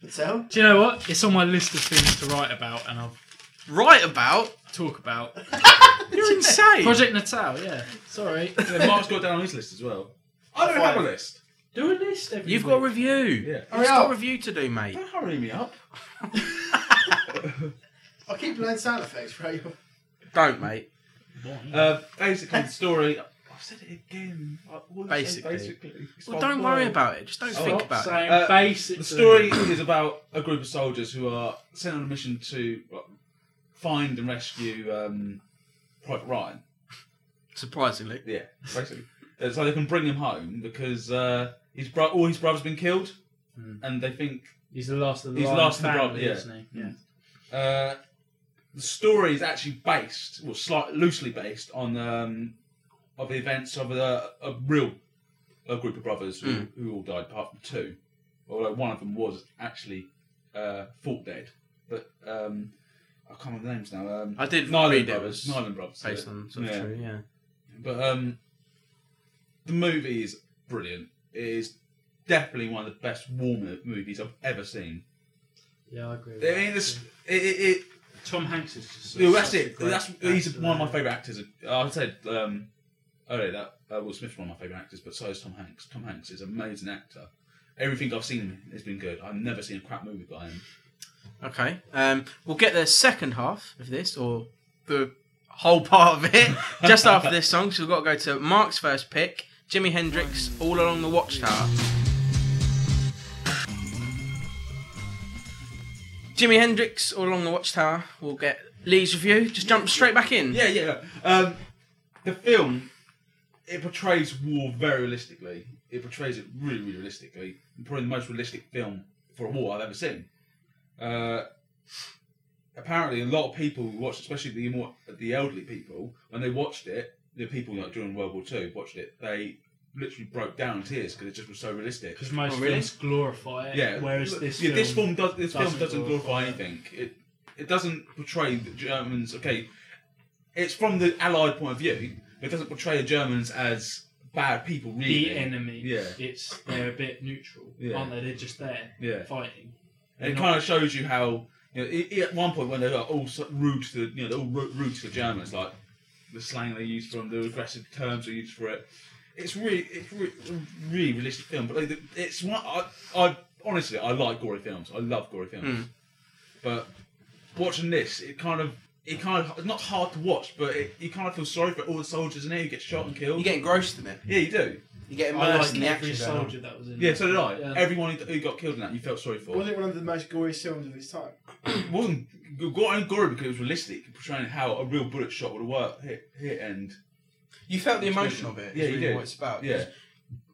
D: Patel.
F: Do you know what? It's on my list of things to write about and I'll
C: Right about.
F: talk about.
C: You're insane.
F: Project Natal, yeah. Sorry.
G: Yeah, Mark's got it down on his list as well. I don't have a list.
F: Do a list every
C: You've got a review.
G: Yeah.
C: You've got a review to do, mate.
G: Don't hurry me up.
D: I keep playing sound effects, right?
I: Don't, mate.
G: Uh, basically, the story. I've said it again. I always say
I: Basically.
G: basically. It's
I: Well,
G: my
I: don't worry
G: word.
I: about it. Just don't
G: Stop
I: think about it.
F: saying
G: Uh,
F: basically.
G: The story is about a group of soldiers who are sent on a mission to well, find and rescue um, Private Ryan.
I: Surprisingly.
G: Yeah, basically. Uh, so they can bring him home because uh, his bro- all his brothers have been killed,
F: Hmm.
G: and they think
F: He's the last of the
G: He's
F: Lion
G: last of the
F: family,
G: brother, yeah.
F: isn't
I: Mm.
F: he? Yeah.
G: Uh, the story is actually based, well, slightly loosely based on um, of the events of a, a real a group of brothers who,
I: Hmm.
G: who all died, apart from two. Although one of them was actually uh, fought dead, but um, I can't remember the names now. Um,
I: I did
G: Nyland
I: read it
G: brothers,
I: was
G: Nyland brothers.
I: Based
G: yeah.
I: on sort of
G: Yeah.
I: true, yeah.
G: But um, the movie is brilliant. It is definitely one of the best war mo- movies I've ever seen.
F: Yeah, I agree.
G: I
F: With that.
G: mean, it's, it, it, it
F: Tom Hanks is just.
G: Yeah, that's
F: such a
G: it.
F: great
G: That's he's
F: actor,
G: one of my
F: yeah.
G: favourite actors. I said um, earlier that uh, Will Smith's one of my favourite actors, but so is Tom Hanks. Tom Hanks is an amazing actor. Everything I've seen him in has been good. I've never seen a crap movie by him.
I: Okay. Um, we'll get the second half of this, or the whole part of it, just after this song. So we've got to go to Mark's first pick, Jimi Hendrix, All Along the Watchtower. Jimi Hendrix, All Along the Watchtower. We'll get Lee's review. Just jump straight back in.
G: Yeah, yeah. yeah. Um, the film it portrays war very realistically. It portrays it really, really realistically. Probably the most realistic film for a war I've ever seen. Uh, apparently, a lot of people who watched, especially the more the elderly people, when they watched it, the people like during World War Two watched it. They literally broke down in tears because it just was so realistic.
F: Because most
I: Oh, really?
F: films glorify it.
G: Yeah.
F: Whereas this.
G: yeah,
F: film,
G: this film does this
F: doesn't
G: film doesn't glorify
F: glorify it.
G: anything. It it doesn't portray the Germans. Okay, it's from the Allied point of view. But it doesn't portray the Germans as bad people. Really,
F: The enemy.
G: Yeah,
F: It's they're a bit neutral,
G: Yeah.
F: aren't they? They're just there
G: yeah.
F: fighting.
G: And it kind of shows you how you know, i i- at one point when they are all so- rude to the, you know they're all ru- rude to the Germans, like the slang they use for them, the aggressive terms they use for it. It's really it's re- a really realistic film, but like, the- it's one I, I honestly I like gory films. I love gory films, but watching this, it kind of. It kind of it's not hard to watch, but it, you kind of feel sorry for all the soldiers in there who get shot and killed.
C: You get engrossed in it.
G: yeah, you do.
C: You get
F: I
C: immersed
F: like
C: in the
F: every
C: action. going on.
F: soldier that was in.
G: Yeah,
F: it.
G: so did I.
F: Yeah.
G: Everyone who got killed in that, you felt sorry for.
D: Was it one of the most gory films of its time?
G: It wasn't gore and gory because it was realistic, portraying how a real bullet shot would work hit hit and
C: You felt the emotion of it.
G: Yeah,
C: Yeah,
G: you
C: really
G: did.
C: What it's about.
G: yeah.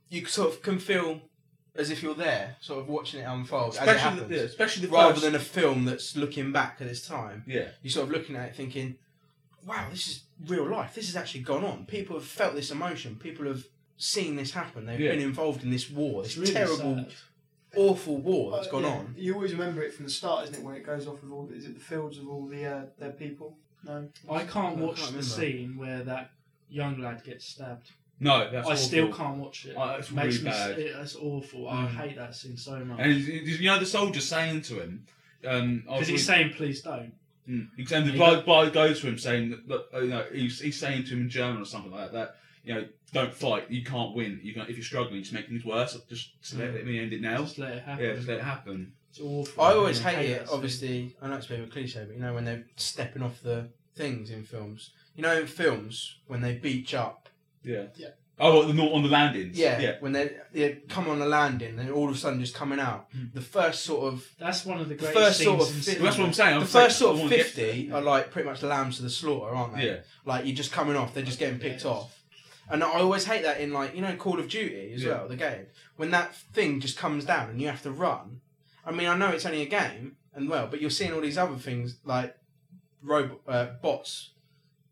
C: You sort of can feel as if you're there, sort of watching it unfold as it
G: Especially
C: happens.
G: the, yeah, especially the
C: Rather
G: first,
C: than a film that's looking back at its time,
G: yeah,
C: you're sort of looking at it thinking, wow, this is real life. This has actually gone on. People have felt this emotion. People have seen this happen. They've
G: Yeah.
C: been involved in this war,
F: It's
C: this
F: really
C: terrible,
F: sad.
C: awful war that's
D: Uh,
C: gone
D: yeah.
C: on.
D: You always remember it from the start, isn't it? When it goes off with all, the- is it the fields of all the uh, their people? No.
F: I can't
C: I can't
F: watch the
C: remember.
F: scene where that young lad gets stabbed.
G: no, that's
F: I
G: awful.
F: still can't watch it.
G: Oh, it's
F: Makes
G: really
F: me,
G: bad. Mm.
F: It, that's awful. I hate that scene so much.
G: And you- you know the soldier saying to him, um, I
F: Because
G: was
F: he's saying, please don't.
G: Mm. And the
F: He
G: bloke, bloke goes to him saying, that, look, you know, he's, he's saying to him in German or something like that, you know, don't fight, you can't win. You can, if you're struggling, it's making things worse. Just, just let, let me end it now.
F: Mm. Just let it happen.
G: Yeah, just let it happen.
F: It's awful.
C: I always
F: Yeah,
C: hate
F: that
C: it,
F: scene.
C: obviously. I know it's a bit of a cliche, but you know, when they're stepping off the things in films. You know, in films, when they beach up,
G: Yeah.
D: Yeah.
G: Oh, what, the, nor- on the landings.
C: yeah,
G: Yeah.
C: when they they come on a landing, and all of a sudden just coming out, the first sort of
F: That's one of the
C: The
F: greatest
C: first
F: scenes
C: sort of
F: in
C: fi-
G: Well, that's what
F: cinema.
G: I'm saying. I'm
C: the
G: saying
C: first sort
G: I
C: of
G: wanna get to
C: fifty
G: that.
C: are like pretty much lambs to the slaughter, aren't they?
G: Yeah.
C: Like you're just coming off, they're just getting picked
F: Yeah.
C: off. And I always hate that in like you know Call of Duty as
G: Yeah.
C: well, the game when that thing just comes down and you have to run. I mean, I know it's only a game and well, but you're seeing all these other things like robot uh, bots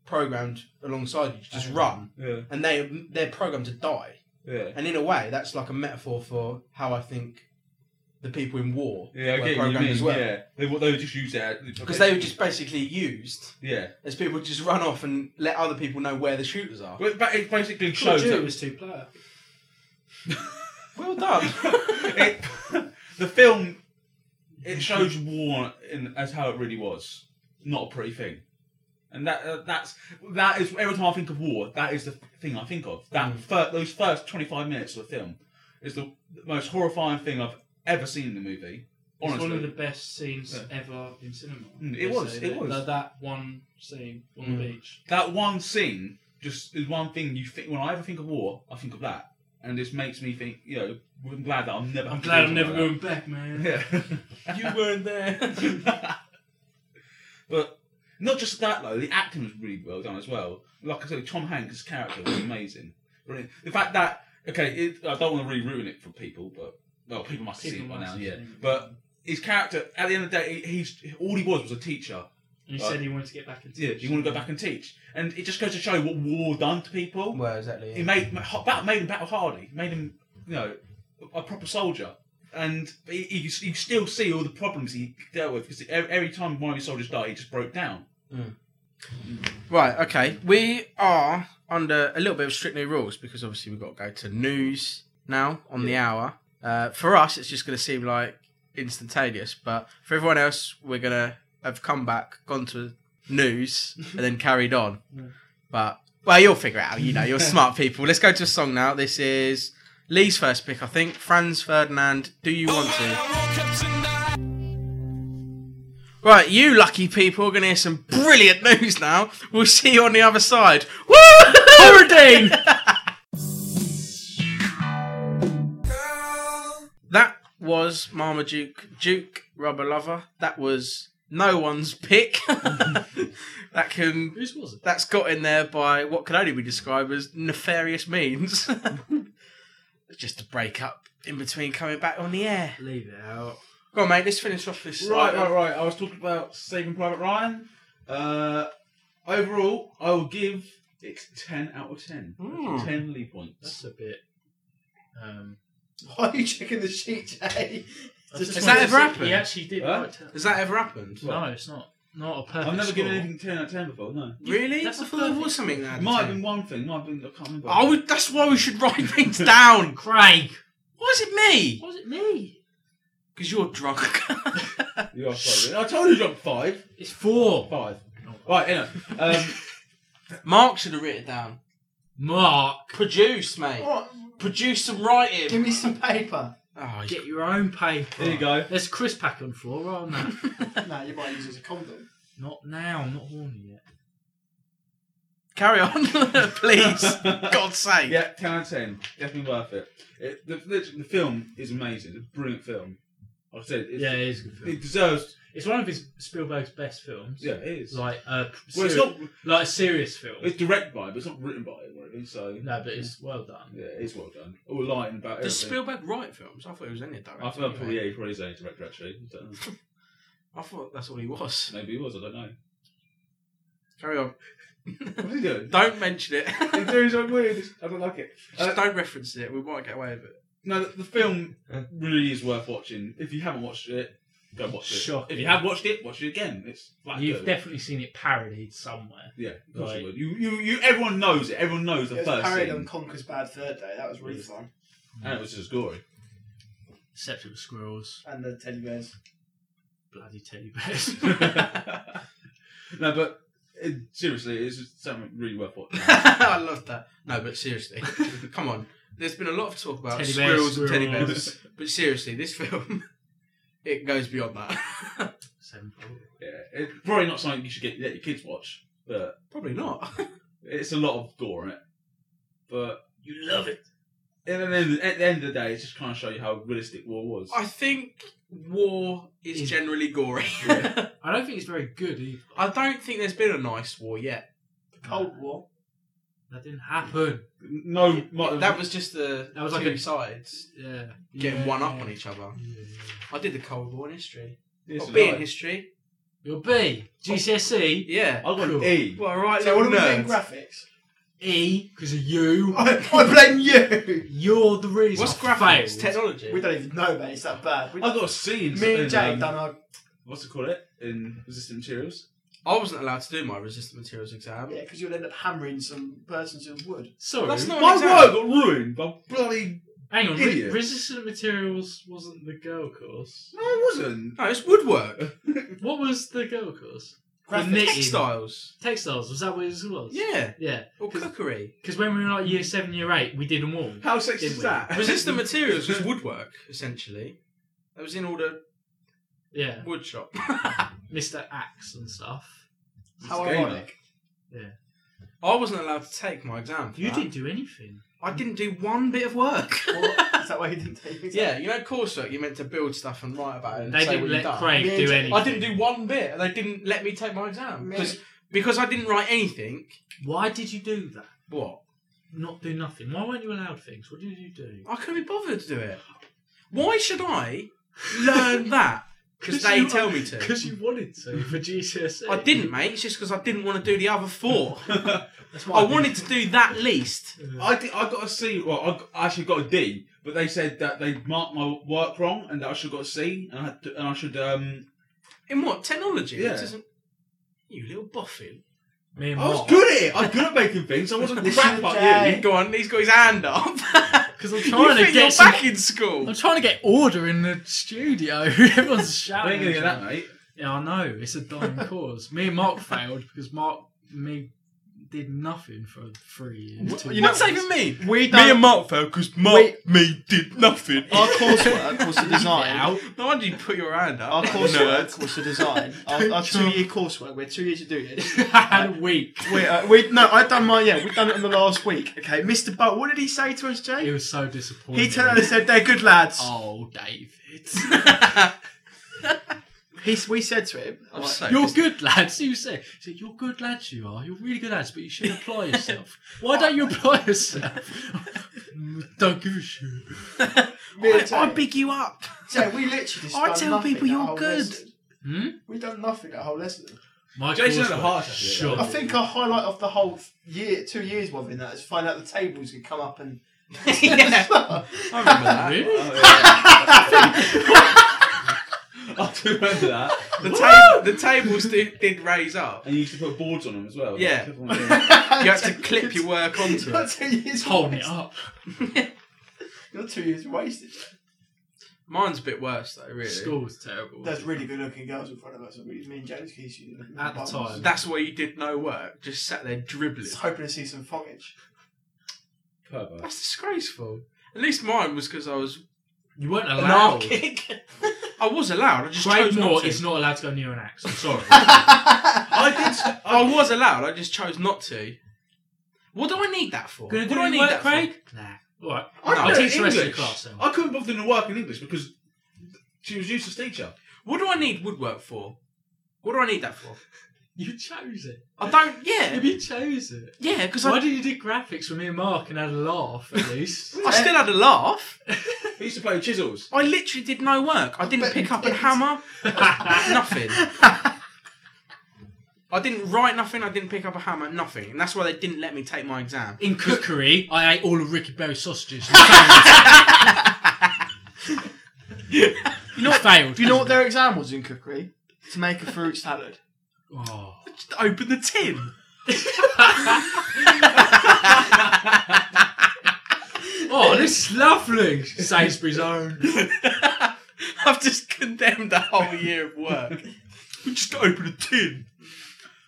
C: programmed alongside you to just run,
G: Yeah,
C: and they they're programmed to die.
G: yeah.
C: And in a way, that's like a metaphor for how I think the people in war
G: Yeah,
C: were
G: I get what you
C: programmed
G: mean.
C: as well.
G: Yeah, they, would- they would just use that
C: Because they were just basically used
G: yeah.
C: as people just run off and let other people know where the shooters are.
G: Well, but it basically
F: Call of
G: shows
F: Duty
G: that
F: was two player.
C: Well done.
G: it, the film it shows war in, as how it really was, not a pretty thing. And that uh, that's that is every time I think of war, that is the thing I think of. That fir- those first twenty five minutes of the film is the most horrifying thing I've ever seen in the movie.
F: It's one of the
G: Honestly.
F: best scenes
G: Yeah.
F: ever in cinema.
G: Mm, it
F: They
G: was,
F: say
G: it
F: that-
G: was. Mm.
F: That, that one scene on the beach.
G: That one scene just is one thing you think when I ever think of war, I think of that. And this makes me think, you know, I'm glad that I'll never
F: I'm
G: have to
F: glad
G: do
F: I'm never going
G: something
F: back, man.
G: like that. Yeah.
F: You weren't there.
G: but not just that though, the acting was really well done as well. Like I said, Tom Hanks' character was amazing. Brilliant. The fact that okay, it, I don't want to really ruin it for people, but well, people must have seen it
F: People
G: by
F: must
G: now,
F: have
G: yeah.
F: seen it.
G: But his character, at the end of the day, he, he's all he was was a teacher.
F: he
G: Right.
F: said he wanted to get back into
G: Yeah, he wanted to go back and teach, and it just goes to show what war done to people.
C: Well, exactly.
G: It made that made him battle hardy, made him you know a proper soldier, and he, he, you still see all the problems he dealt with because every, every time one of his soldiers died, he just broke down.
C: Right, okay. We are under a little bit of strict new rules because obviously we've got to go to news now on the hour. Uh, for us, it's just going to seem like instantaneous, but for everyone else, we're going to have come back, gone to news, and then carried on. But, well, you'll figure it out. You know, you're smart people. Let's go to a song now. This is Lee's first pick, I think. Franz Ferdinand, Do You Want to? Right, you lucky people are going to hear some brilliant news now. We'll see you on the other side. Woo! Holiday! That was Marmaduke Duke Rubber Lover. That was no one's pick. that can
F: Whose was it?
C: that's got in there by what can only be described as nefarious means. Just to break up in between coming back on the air.
F: Leave it out.
C: Go on, mate. Let's finish off this.
G: Right,
C: item.
G: right, right. I was talking about Saving Private Ryan. Uh, overall, I will give it ten out of ten.
C: Mm.
G: Ten Lee points.
F: That's a bit. Um,
D: Why are you checking the sheet, Jay?
F: I
C: Has
F: just
C: that
F: wanted
C: ever
F: to see-
C: happened?
F: He actually did.
G: Huh?
F: write ten-
C: Has that ever happened?
F: No, it's not. Not a perfect.
G: I've never given
F: score.
G: anything ten out of ten before. No,
C: Really?
F: That's
C: I
F: a
C: thought there
F: perfect-
C: was something there.
G: it might have been one thing. Might have been I can't remember.
C: I would, that's why we should write things down.
F: Craig.
C: Why is it me?
F: Was it me?
C: Because you're drunk.
G: You are sorry. I told you, drop five.
F: It's four.
G: Five. Right, anyway. Um,
C: Mark should have written it down.
F: Mark,
C: Produce, mate.
D: What?
C: Produce some writing.
D: Give me some paper.
C: Oh, you-
F: get your own paper.
G: there you go.
F: There's a crisp pack on the floor, aren't there?
D: no, you might use it as a condom.
F: not now. I'm not horny yet.
C: Carry on, please. God's sake.
G: Yeah, 10 out of 10. Definitely worth it. it the, the, the film is amazing. It's a brilliant film. Like I said, it's,
F: Yeah, it is a good film.
G: it deserves.
F: It's one of his Spielberg's best films.
G: Yeah, it is.
F: Like a
G: well,
F: seri-
G: it's not.
F: like a serious film.
G: It's directed by it, but it's not written by it, really. So,
F: no, but it's well done.
G: yeah, it's well done. All lying about
C: Does
G: everything.
C: Spielberg write films? I thought he was only a director.
G: I thought probably,
C: anyway.
G: yeah, he probably is a director, actually. I don't know.
C: I thought that's all he was.
G: Maybe he was, I don't know.
C: Carry on.
G: What is he doing?
C: Don't mention it.
G: He's doing something weird. I don't like it.
C: Just
F: Uh,
C: don't reference it. We might get away with it.
G: No, the, the film really is worth watching. If you haven't watched it, go watch it.
F: Shocking.
G: If you have watched it, watch it again. It's flat
F: You've
G: good.
F: definitely seen it parodied somewhere.
G: Yeah, of course
F: Right.
G: you would. You, you, you, everyone knows it. Everyone knows the
D: It was
G: first
D: parried
G: scene,
D: on Conker's Bad Third Day. That was really fun.
G: and it was just gory.
F: Except it was squirrels,
D: And the teddy bears.
F: bloody teddy bears.
G: no, but it, seriously, it's just something really worth watching.
C: I love that. No, but seriously, come on. There's been a lot of talk about
F: Teddy bears,
C: squirrels and teddy
F: squirrels.
C: bears, but seriously, this film it goes beyond that.
F: Seven.
G: yeah, it's probably not something you should get let your kids watch, but
C: Probably not.
G: it's a lot of gore in it. But you love it. And then at the end of the day, it's just kind of show you how realistic war was.
C: I think war is
F: Is-
C: generally gory.
G: Yeah.
F: I don't think it's very good either.
C: I oh. don't think there's been a nice war yet.
D: The Cold War.
F: That didn't happen.
G: No, my,
C: That was just the
F: That was
C: two
F: like a-
C: sides
F: Yeah.
C: getting
F: Yeah.
C: one up on each other.
F: Yeah.
C: I did the Cold War in history.
G: It's
C: Or B in
G: like-
C: history.
F: Your B, GCSE,
C: Yeah.
G: I got an
F: Cool.
G: E.
C: Well, right,
D: So what are
C: little
D: we doing
C: nerds.
D: graphics?
F: E because of you.
D: I, I blame you.
F: You're the reason.
C: Oh. What's
F: I
C: graphics?
F: failed.
C: Technology.
D: We don't even know, mate. It's that bad. We,
G: I got a C in,
D: me
G: in,
D: and Jay
G: um,
D: done our.
G: what's it called? It in resistant materials.
C: I wasn't allowed to do my resistant materials exam.
D: Yeah, because you'll end up hammering some persons in wood.
F: Sorry.
C: That's not-
G: My
C: exam.
G: work got ruined by bloody.
F: Hang on. Re-
G: Idiot.
F: resistant materials wasn't the girl course.
G: No, it wasn't.
C: No, it's woodwork.
F: What was the girl course?
C: Graphic
F: knitting.
C: textiles.
F: Textiles. Was that what it was?
C: Yeah.
F: Yeah.
C: Or cookery.
F: Because when we were like year seven, year eight, we did them all.
G: How sexy
F: Didn't
G: is
F: we?
G: that?
C: Resistant materials was woodwork, essentially. That was in all the
F: Yeah,
C: Woodshop.
F: Mr. Axe and stuff.
D: How
G: It's game
D: ironic.
C: I wasn't allowed to take my exam. for
F: You
C: that.
F: didn't do anything.
C: I didn't do one bit of work.
D: What? Is that why you didn't take it?
C: yeah, you know, coursework. You're meant to build stuff and write about it. And
F: They
C: say what
F: didn't
C: you've
F: let
C: done.
F: Craig
D: Me and
F: do
D: Jay-
F: anything.
C: I didn't do one bit, and they didn't let me take my exam
D: Me-
C: because because I didn't write anything.
F: Why did you do that?
C: What?
F: Not do nothing. Why weren't you allowed things? What did you do?
C: I couldn't be bothered to do it. Why should I learn that? Because they
F: you-
C: tell me to.
F: Because you wanted to for GCSE.
C: I didn't, mate. It's just because I didn't want to do the other four.
F: That's
C: I
F: why
C: wanted to do that least.
G: I, did, I got a C. Well, I, got- I actually got a D, but they said that they marked my work wrong and that I should got a C, and I had to, and I should um.
C: In what technology?
G: Yeah.
C: It doesn't. You little boffin.
F: Me and
G: I was
F: Mark.
G: good at it. I was good at making things. I wasn't crap like
D: Jay.
G: you.
C: Go on. He's got his hand up.
F: Because I'm trying
C: you
F: to
C: think you're
F: get some,
C: back in school.
F: I'm trying to get order in the studio. Everyone's
G: I
F: shouting.
G: ain't gonna
F: at
G: get
F: each
G: that,
F: other.
G: mate.
F: Yeah, I know. It's a dying cause. Me and Mark failed because Mark me did nothing for three years. two
C: You know what's
F: years.
C: that even mean?
D: We
C: Me and
D: done
C: Mark fell because Mark me did nothing.
D: our coursework was the design.
C: No wonder you put your hand up.
D: Our
C: like a
D: coursework
C: nerd.
D: was the design. Our, our two-year coursework. We're two years to do this.
F: Had a week.
D: We, uh, we no, I done mine. Yeah, we done it on the last week. Okay, Mr. Bolt. What did he say to us,
F: He
D: Jay?
F: was so disappointed.
D: He turned around and said, "They're good lads."
F: "Oh, David,
D: He, we said to him,
C: I'm
D: like,
C: so
F: you're good lads." You say, he said, "You're good lads. You are. You're really good lads, but you should apply yourself. Why don't you apply yourself? don't give a shit."
D: me and
C: I, I
D: Jay-
C: big you up.
D: Jay, we literally just.
C: I
D: done
C: tell
D: nothing
C: people
D: that
C: you're
D: whole
C: good.
D: lesson.
F: Hmm?
D: We done nothing that whole lesson.
F: My
G: Jason
F: course
G: had a
F: was
G: heart attack, yeah.
F: shot.
D: I think our highlight of the whole year, two years, was in that is find out the tables could come up and.
C: I remember that.
G: Oh,
F: Really?
G: I do remember that.
C: The, table, the tables did, did raise up.
G: And you used to put boards on them as well.
C: Yeah. You had to clip your work onto
D: You're
C: it.
D: two years.
F: Holding it
D: wasted.
F: up.
D: You're two years wasted.
C: Mine's a bit worse though, really.
F: School's terrible.
D: There's really good looking girls in front of us. and we- Me and James Keys. you know,
F: At the
D: bums.
F: time.
C: That's why you did no work. Just sat there dribbling.
D: Just hoping to see some fongage.
G: Pervert.
C: That's disgraceful. At least mine was because I was
F: You weren't allowed.
C: anarchic. I was allowed. I just
F: Craig
C: chose not
F: Moore
C: to.
F: is not allowed to go near an axe. I'm sorry.
C: I did. I was allowed. I just chose not to. What do I need that for?
F: Gonna
C: what
F: do
C: do I
F: any
C: need
F: work,
C: that for?
F: Craig? Nah. All right.
G: I
C: No,
G: couldn't
F: I'll teach the rest of the
G: English.
F: class then.
G: I couldn't bother to work in English because she was useless teacher.
C: What do I need woodwork for? What do I need that for?
F: You chose it.
C: I don't. Yeah,
F: Maybe you chose it.
C: yeah. Because
F: Why
C: I,
F: did you do graphics with me and Mark and had a laugh at least?
C: I still had a laugh.
G: He used to play with chisels.
C: I literally did no work. I didn't
D: bet
C: pick
D: you
C: up a
D: did.
C: hammer. nothing. I didn't write nothing. I didn't pick up a hammer. Nothing. And that's why they didn't let me take my exam.
F: In cookery, I ate all of Ricky Berry's sausages. you know, failed.
D: Do you know what their exam was in cookery? To make a fruit salad.
F: Oh.
C: Just open the tin.
F: oh, this is lovely. Sainsbury's own.
C: I've just condemned a whole year of work. we just open a tin.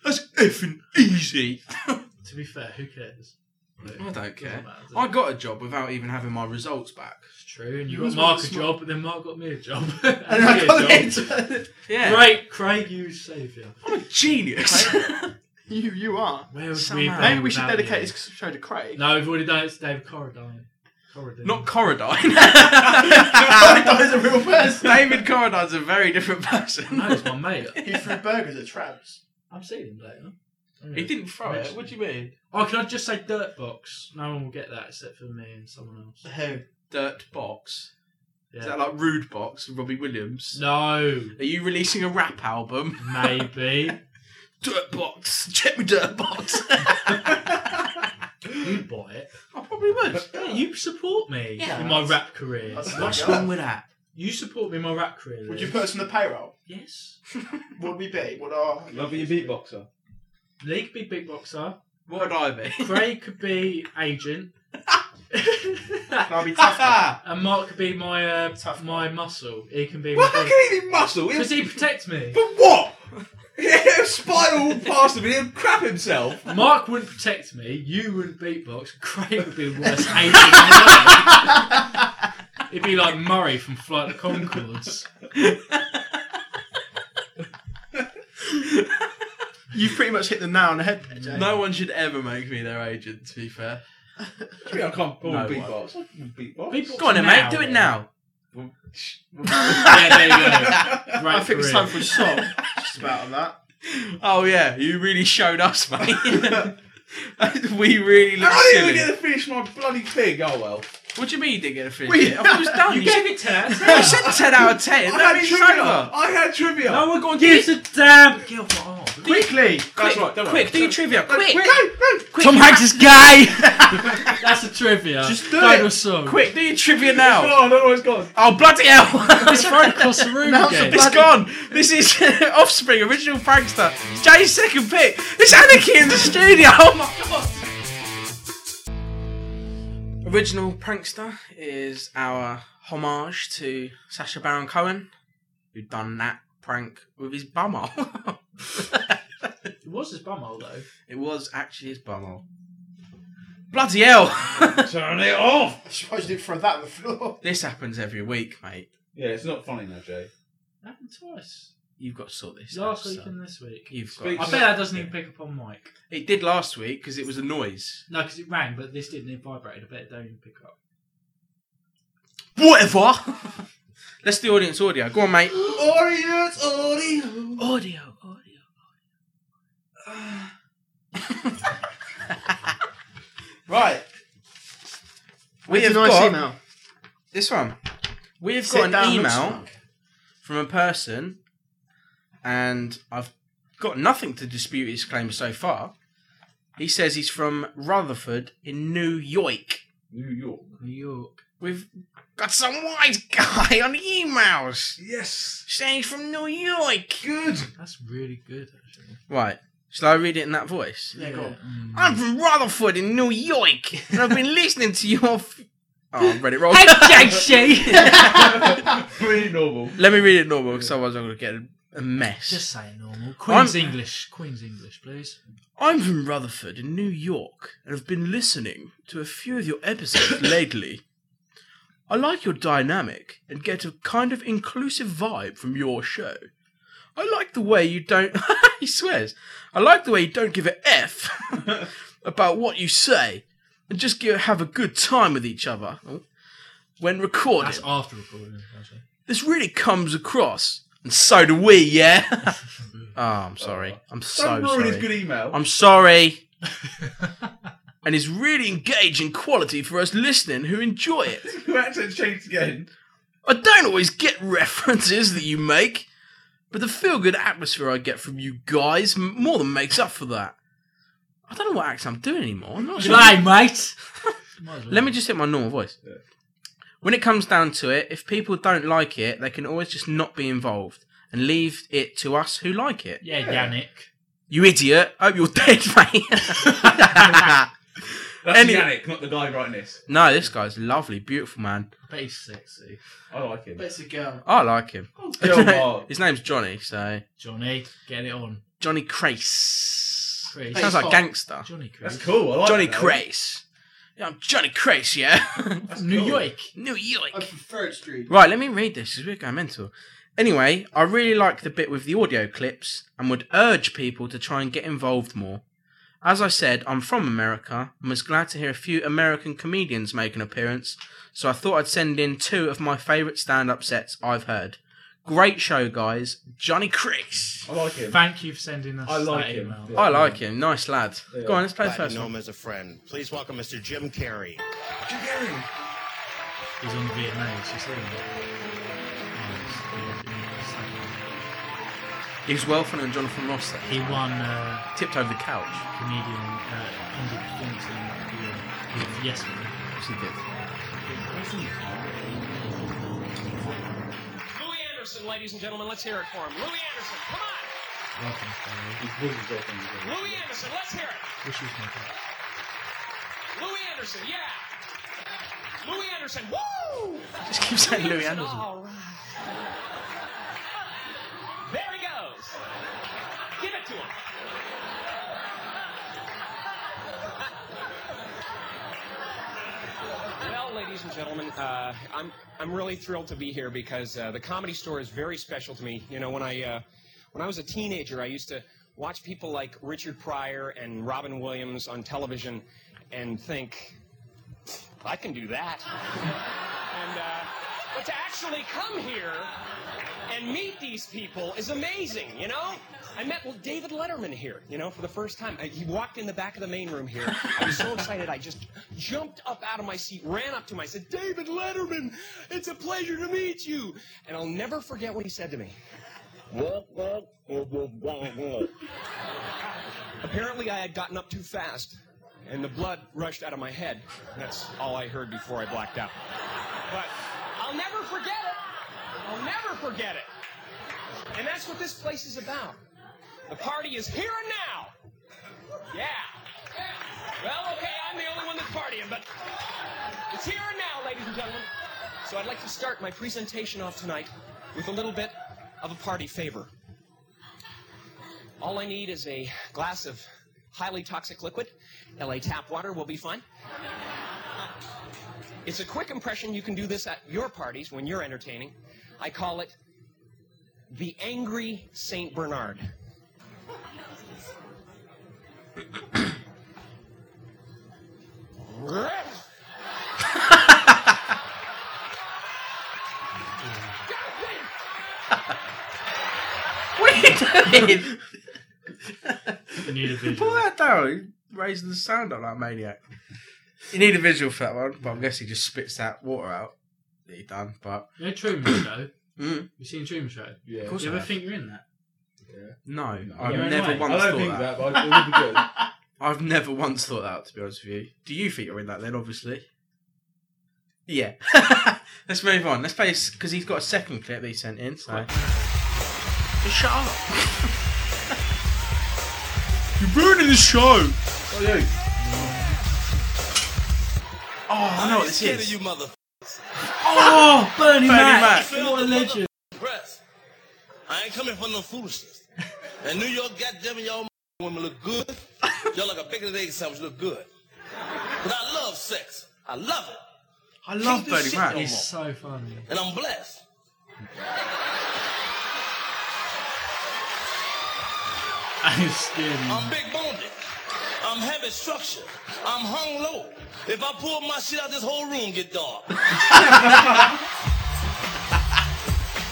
C: That's effing easy.
F: To be fair, who cares? Look,
C: I don't care.
F: doesn't matter, does
C: I
F: it?
C: got a job without even having my results back.
F: It's true, and you,
D: You
F: got
D: was
F: Mark a
D: really
F: job, but then Mark got me a job.
D: And
F: me
D: I
F: a
D: got
F: job.
D: it.
C: Yeah.
F: Great, Craig, you saviour.
C: I'm a genius.
D: you, you are.
F: Where would we
C: Somehow.
F: have been
D: Maybe we should
F: without
D: dedicate
F: you?
D: this show to Craig.
F: No, we've already done it to David Corradine. Corradine.
C: Not
D: Craig
C: Corradine.
D: is a real person.
C: David Corradine's a very different person.
F: No, it's my mate.
D: He threw burgers at traps.
F: I'm seeing him later.
C: He didn't throw it. What do you mean?
F: Oh, can I just say dirt box? No one will get that except for me and someone else.
D: Who?
C: Dirt box.
F: Yeah.
C: Is that like Rude Box? Robbie Williams.
F: no,
C: Are you releasing a rap album?
F: maybe.
C: Dirt box. Check me dirt box.
F: you bought it.
C: I probably would.
F: Yeah, you support me
D: Yeah.
F: in my rap career.
D: That's-
C: What's wrong with that?
F: You support me in my rap career.
D: Would you
F: Liz.
D: put us on the payroll?
F: Yes.
D: Would we be? Would our
G: Love your beatboxer.
F: Lee could be big boxer.
C: What would I be?
F: Craig could be agent.
D: Can I be tough?
F: And Mark could be my uh,
D: Tough
F: my muscle. He can be
G: Well, how can he be muscle? He
F: because
G: was,
F: he protects me.
G: but what? He'll spiral past him and he'll crap himself.
F: Mark wouldn't protect me. You wouldn't beatbox. Craig would be the worst agent. ever. He'd be like Murray from Flight of the Concords.
D: You've pretty much hit the nail on the head there, Jay.
C: No one should ever make me their agent. To be fair,
G: Gee, I can't pull
C: No,
G: beatbox. I can beatbox.
F: Beatbox.
C: go on, then,
F: Now
C: mate. Do it
F: then.
C: now.
F: yeah, there you go. Right
D: I think it's
F: career.
D: time for a song. Just about on that.
C: Oh yeah, you really showed us, mate. we really look
G: I didn't
C: silly.
G: even get to finish my bloody thing. Oh well.
C: What do you mean you didn't get a finish?
D: We-
C: it? I thought it was done.
F: You gave it 10 out of
C: I
F: 10.
C: said ten out of ten. That
G: I had
C: means it's
G: trivia.
C: over.
G: I had trivia.
F: No one going to give us a damn. Gilbert. Oh.
D: Quickly.
G: That's
C: quick,
G: right. Don't
C: quick, do
G: worry.
C: your trivia. Quick,
D: Quick. Go, go.
C: quick,
F: Tom
C: you
F: Hanks
C: ha-
F: is gay. That's a trivia.
D: Just do
F: Title
D: it.
F: song.
C: quick, do your trivia now.
G: Oh, no, no, it's gone.
C: Oh bloody hell!
F: It's right across the room
D: Now's
F: again.
D: the
C: It's gone. This is Offspring, original prankster. It's Jay's second pick. It's Anarchy in the studio. Oh my god. Original prankster is our homage to Sasha Baron Cohen, who done that prank with his bumhole.
F: It was his bumhole though.
C: it was actually his bumhole. Bloody hell!
G: Turn it off.
D: I'm surprised you didn't throw that on the floor.
C: this happens every week, mate.
G: Yeah, it's not funny now, Jay.
F: Happened twice.
C: You've got to sort this
F: Last
C: out.
F: week
C: son.
F: and this week.
C: You've got.
F: I
G: Speak-
F: bet that doesn't even pick up on Mike.
C: It did last week because it was a noise.
F: No, because it rang, but this didn't. It vibrated. I bet it don't even pick up.
C: Whatever. Let's do audience audio. Go on, mate.
G: Audience, audio.
C: Audio, audio. right. We have
D: nice
C: got
D: email.
C: this one. We have got
D: Sit down,
C: an
D: look
C: email
D: smug.
C: from a person, and I've got nothing to dispute his claim so far. He says he's from Rutherford in New York.
G: New York.
F: New York.
C: We've got some wise guy on emails
G: Yes.
C: saying he's from New York.
G: Good.
F: That's really good, actually.
C: Right. Shall I read it in that voice?
F: Yeah, go on.
C: I'm from Rutherford in New York, and I've been listening to your. F- oh, I read it wrong.
G: Pretty normal.
C: Let me read it normal, because otherwise I'm going to get a, a mess.
F: Just say it normal. Queen's English. Queen's English, please.
C: I'm from Rutherford in New York, and have been listening to a few of your episodes lately. I like your dynamic and get a kind of inclusive vibe from your show. I like the way you don't. he swears. I like the way you don't give a f about what you say, and just give, have a good time with each other when recording.
F: That's after recording, actually.
C: this really comes across, and so do we. Yeah. oh, I'm sorry. I'm so
G: Don't ruin his
C: sorry.
G: good email.
C: I'm sorry. and it's really engaging quality for us listening who enjoy it.
G: Your accent's changed again.
C: I don't always get references that you make, but the feel good atmosphere I get from you guys m- more than makes up for that. I don't know what accent I'm doing anymore. I'm not sure.
F: July, mate.
C: Let me just hit my normal voice. When it comes down to it, if people don't like it, they can always just not be involved and leave it to us who like it.
F: Yeah, Yannick.
C: You idiot. I hope you're dead, mate.
G: That's
C: Any-
G: Yannick, not the guy writing this.
C: no, this guy's lovely, beautiful man.
F: I bet he's sexy.
G: I like him. Oh,
D: It's a girl.
C: I like him.
G: Gilmore.
C: His name's Johnny, so
F: Johnny, get it on.
C: Johnny Crace.
F: Crace.
C: Sounds like
D: Hot.
C: gangster.
F: Johnny Chris.
G: That's cool. I like
C: Johnny
G: that.
C: Crace. Yeah, I'm Johnny Crace, yeah.
G: That's
F: New
G: cool.
F: York.
C: New York.
D: I'm from Third Street.
C: Right, let me read this because we're going mental. Anyway, I really like the bit with the audio clips and would urge people to try and get involved more. As I said, I'm from America and was glad to hear a few American comedians make an appearance, so I thought I'd send in two of my favourite stand up sets I've heard. Great show, guys. Johnny Cricks.
G: I like him.
F: Thank you for sending us
G: I like
F: that
G: him.
F: email.
G: Yeah.
C: I like him. Nice lad.
G: Yeah.
C: Go on, let's play the
J: Glad
C: first
J: to know
C: one.
J: him as a friend. Please welcome Mr. Jim Carrey.
F: He's on the VMAs. You see him? Oh, it's-
C: He was Welford and Jonathan Ross. that
F: He won uh,
C: Tipped over the couch.
F: comedian uh, comedy performance in that year with Yes Man.
C: Yes, he did.
K: Louis Anderson, ladies and gentlemen, let's hear it for him. Louis Anderson, come on.
F: Welcome, Carrie.
G: His voice is off on
K: Louis Anderson, let's hear it.
F: Wish he was my dad.
K: Louis Anderson, yeah. Louis Anderson, woo!
C: Just keep saying Louis Anderson.
K: All right. There he goes. Give it to him. Well, ladies and gentlemen, uh, I'm I'm really thrilled to be here because uh, the Comedy Store is very special to me. You know, when I uh, when I was a teenager, I used to
L: watch people like Richard Pryor and Robin Williams on television and think, I can do that. and, uh, but to actually come here and meet these people is amazing, you know? I met well, David Letterman here, you know, for the first time. I, he walked in the back of the main room here. I was so excited, I just jumped up out of my seat, ran up to him. I said, David Letterman, it's a pleasure to meet you. And I'll never forget what he said to me. Apparently, I had gotten up too fast, and the blood rushed out of my head. That's all I heard before I blacked out. But I'll never forget it. I'll never forget it. And that's what this place is about. The party is here and now. Yeah. Well, okay, I'm the only one that's partying, but it's here and now, ladies and gentlemen. So I'd like to start my presentation off tonight with a little bit of a party favor. All I need is a glass of highly toxic liquid. LA tap water will be fine. It's a quick impression. You can do this at your parties when you're entertaining. I call it the angry St. Bernard.
C: What are you doing?
F: I need a
C: Pull
F: visual.
C: that down. Raising the sound up like a maniac. You need a visual for that one, but I'm guessing he just spits that water out that he done. But
F: You know Truman Show?
C: Mm.
F: You seen Truman Show?
G: Yeah.
C: Of course
F: You
C: I
F: ever
C: have.
F: think you're in that?
C: no,
G: No.
C: I've
F: You're in
C: never
F: line.
G: I
C: once
G: don't
C: thought
G: think
C: that.
G: that, but it would be good.
C: I've never once thought that, to be honest with you. Do you think you're in that then, obviously? Yeah. Let's move on. Let's play because he's got a second clip that he sent in. So. Just shut up. you're ruining the show.
G: Oh, yeah.
C: Oh, I know what this is.
J: you mother.
C: Oh, Bernie, Mac.
J: What a legend. I ain't coming for no foolishness. And New York, goddamn it, y'all women look good. Y'all like a bacon and egg sandwich look good. But I love sex. I love it.
C: I love
J: Keep this
C: Bernie
J: shit
C: Mac.
J: going.
F: It's so funny.
J: And I'm blessed.
F: I'm scared.
J: I'm big boned. I'm heavy structured. I'm hung low. If I pull my shit out, this whole room get dark.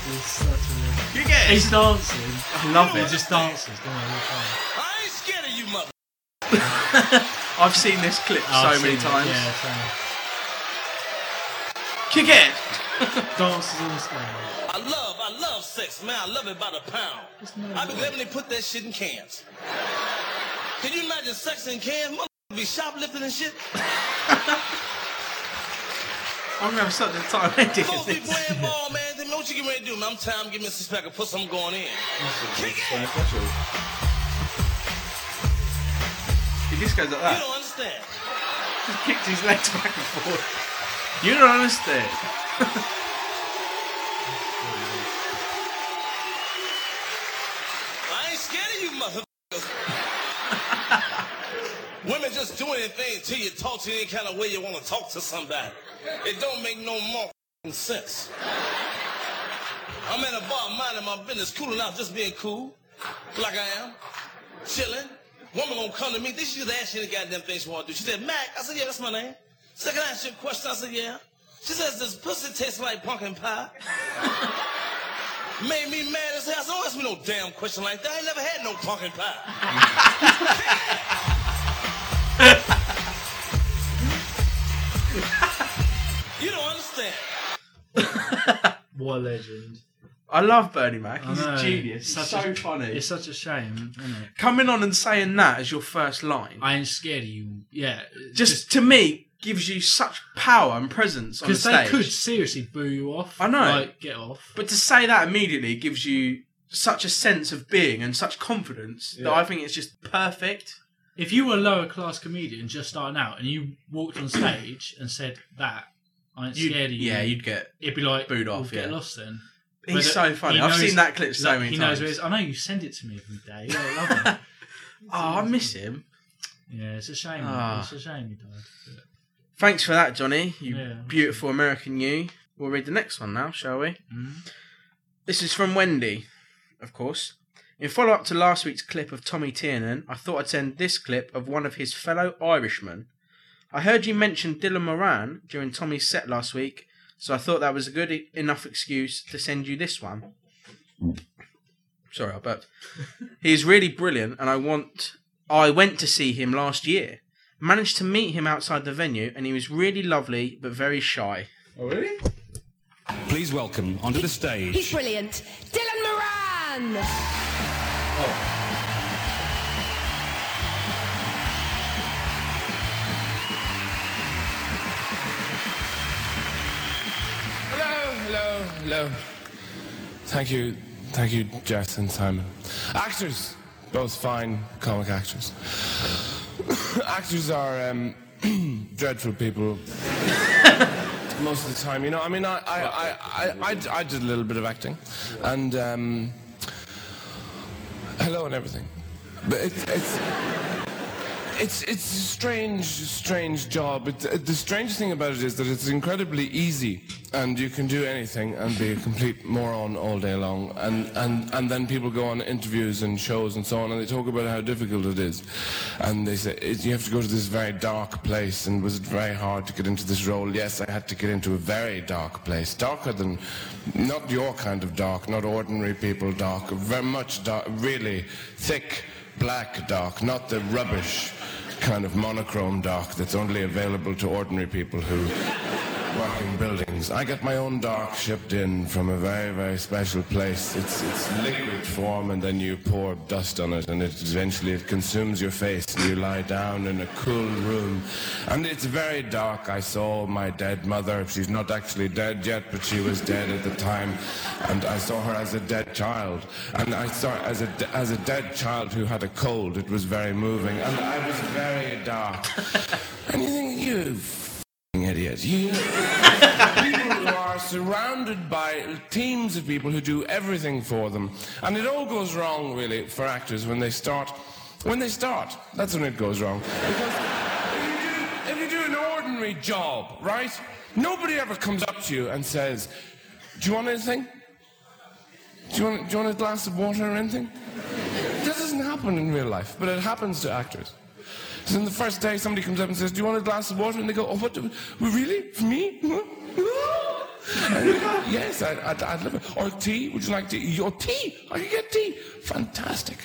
F: It's such a
C: You get
F: He's dancing.
C: I love
F: He
C: it.
F: just dances, don't he? all the time.
J: I ain't scared of you, mother.
C: I've seen this clip so
F: I've
C: many
F: seen it,
C: times.
F: Yeah, so
C: Kick it.
F: dances on the stage.
J: I love, I love sex, man. I love it by the pound. I be glad when they put that shit in cans. Can you imagine sex in cans? Mother be shoplifting and shit.
C: I'm gonna have such a time editing
J: Folks be
C: this.
J: playing ball, man. Then what you get ready to do, man? I'm tired. I'm giving me a six pack of pussy. I'm going in. Kick it.
C: He just goes like
J: You
C: that.
J: don't understand.
C: Just kicks his legs back and forth. You don't understand.
J: I ain't scared of you, motherfuckers. Women just do anything to you, talk to you any kind of way you want to talk to somebody. It don't make no more f***ing sense. I'm in a bar minding my business, cooling out, just being cool, like I am, chilling. Woman gonna come to me, then she just ask you any goddamn thing she wanna do. She said, Mac, I said, yeah, that's my name. She said, can I ask you a question? I said, yeah. She says, this pussy tastes like pumpkin pie. Made me mad as hell. I said, don't ask me no damn question like that. I ain't never had no pumpkin pie. you don't understand.
F: What a legend.
C: I love Bernie Mac.
F: I
C: He's a
F: know.
C: genius. He's
F: Such
C: so
F: a-
C: funny.
F: It's such a shame, isn't it?
C: Coming on and saying that as your first line,
F: I ain't scared of you. Yeah. it's
C: just, to me gives you such power and presence on the
F: Because
C: stage.
F: they could seriously boo you off.
C: I know.
F: Like, get off.
C: But to say that immediately gives you such a sense of being and such confidence that
G: Yeah.
C: I think it's just perfect.
F: If you were a lower class comedian just starting out and you walked on stage and said that, I ain't
C: You'd-
F: scared of you.
C: Yeah, you'd get.
F: It'd be like,
C: booed
F: well,
C: off,
F: Get
C: yeah.
F: lost then.
C: He's
F: But
C: so funny.
F: he
C: I've
F: knows-
C: seen that clip so
F: like,
C: many
F: he
C: times.
F: knows where it is. I know you send it to me every day. Yeah, I love it.
C: oh, I miss him.
F: yeah, it's a shame.
C: Ah.
F: It's a shame you died. But-
C: Thanks for that, Johnny. You
F: Yeah.
C: beautiful American you. We'll read the next one now, shall we?
F: Mm.
C: This is from Wendy, of course. In follow up to last week's clip of Tommy Tiernan, I thought I'd send this clip of one of his fellow Irishmen. I heard you mention Dylan Moran during Tommy's set last week, so I thought that was a good e- enough excuse to send you this one. Sorry, I burped. he is really brilliant, and I want. I went to see him last year. Managed to meet him outside the venue, and he was really lovely but very shy.
G: Oh, really?
L: Please welcome onto the
B: He's
L: stage.
B: brilliant. Dylan Moran.
L: Hello, hello, hello. Thank you, thank you, Jess and Simon. Actors, both fine comic actors. actors are um, dreadful people. Most of the time, you know. I mean, I, I, I, I, I, I did a little bit of acting, and um, hello and everything. But it, it's it's it's a strange, strange job. It, it- the strange thing about it is that it's incredibly easy, and you can do anything and be a complete moron all day long. And, and, and then people go on interviews and shows and so on, and they talk about how difficult it is, and they say it, you have to go to this very dark place, and was it very hard to get into this role? Yes, I had to get into a very dark place, darker than not your kind of dark, not ordinary people dark, very much dark, really thick black dark, not the rubbish kind of monochrome dark that's only available to ordinary people who work in buildings. I get my own dark shipped in from a very, very special place. It's, it's liquid form, and then you pour dust on it, and it eventually it consumes your face, and you lie down in a cool room. And it's very dark. I saw my dead mother. She's not actually dead yet, but she was dead at the time, and I saw her as a dead child, and I saw her as a de- as a dead child who had a cold. It was very moving, and I was very dark. and you think you f***ing idiot, you. People who are surrounded by teams of people who do everything for them, and it all goes wrong really for actors when they start. When they start, that's when it goes wrong. If you do- if you do an ordinary job, right? Nobody ever comes up to you and says, Do you want anything? Do you want, do you want a glass of water or anything? This doesn't happen in real life, but it happens to actors. So on the first day, somebody comes up and says, Do you want a glass of water? And they go, Oh, what? Do, really? For me? And you go, yes, I, I'd, I'd love it. Or tea? Would you like tea? Your tea? I can get tea. Fantastic.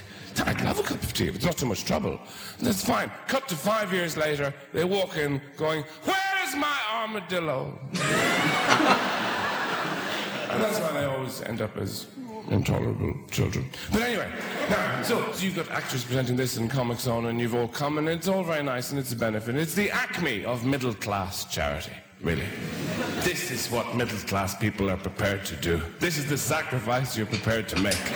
L: I'd love a cup of tea if it's not too much trouble. That's fine. Cut to five years later, they walk in going, Where's my armadillo? And that's why they always end up as intolerable children. But anyway, now, so, so you've got actors presenting this and comics on, and you've all come, and it's all very nice, and it's a benefit. It's the acme of middle class charity, really. This is what middle class people are prepared to do. This is the sacrifice you're prepared to make.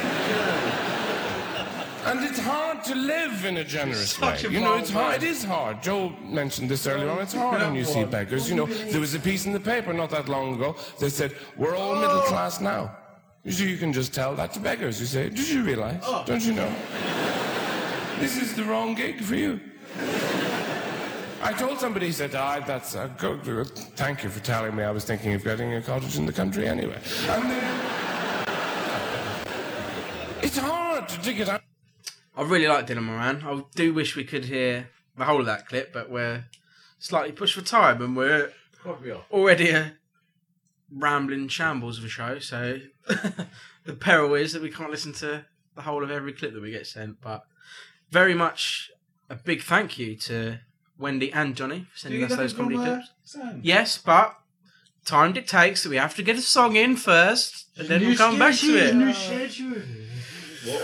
L: And it's hard to live in a generous
C: Such
L: way.
C: a
L: you know,
C: wild
L: it's hard.
C: man.
L: It is hard. Joe mentioned this earlier on. It's hard when you see beggars. You know, there was a piece in the paper not that long ago that said, "We're all middle class now." You see, you can just tell that to beggars. You say, "Did you realise? Don't you know? this is the wrong gig for you." I told somebody, he said, ah, that's a good, good- thank you for telling me. I was thinking of getting a cottage in the country anyway. And then, it's hard to dig it out.
C: I really like Dylan Moran. I do wish we could hear the whole of that clip, but we're slightly pushed for time and we're
G: Probably are.
C: already a rambling shambles of a show. So the peril is that we can't listen to the whole of every clip that we get sent. But very much a big thank you to Wendy and Johnny for sending us those comedy clips. Yes, but time dictates that we have to get a song in first, and then we'll come back to it.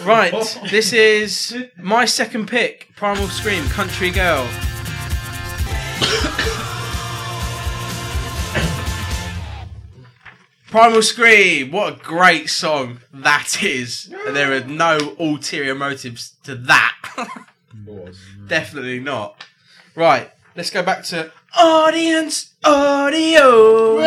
C: Right, this is my second pick Primal Scream Country Girl. Primal Scream, what a great song that is. And there are no ulterior motives to that. Definitely not. Right, let's go back to audience audio.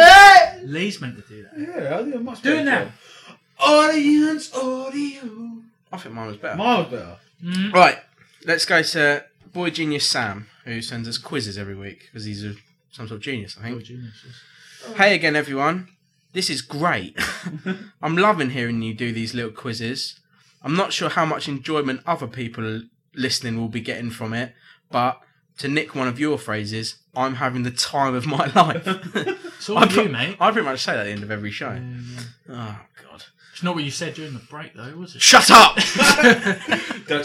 F: Lee's meant to do that.
G: Yeah, I think much
F: Do it
G: better
F: now.
G: job.
C: Audience audio. I think mine was better.
G: Miles better.
F: Mm.
C: Right, let's go to boy genius Sam, who sends us quizzes every week because he's a, some sort of genius, I think.
F: Oh.
C: Hey again, everyone. This is great. I'm loving hearing you do these little quizzes. I'm not sure how much enjoyment other people listening will be getting from it, but to nick one of your phrases, I'm having the time of my life.
F: It's all
C: I
F: you,
C: pre-
F: mate.
C: I pretty much say that at the end of every show. Oh God!
F: It's not what you said during the break, though, was it?
C: Shut up!
G: Don't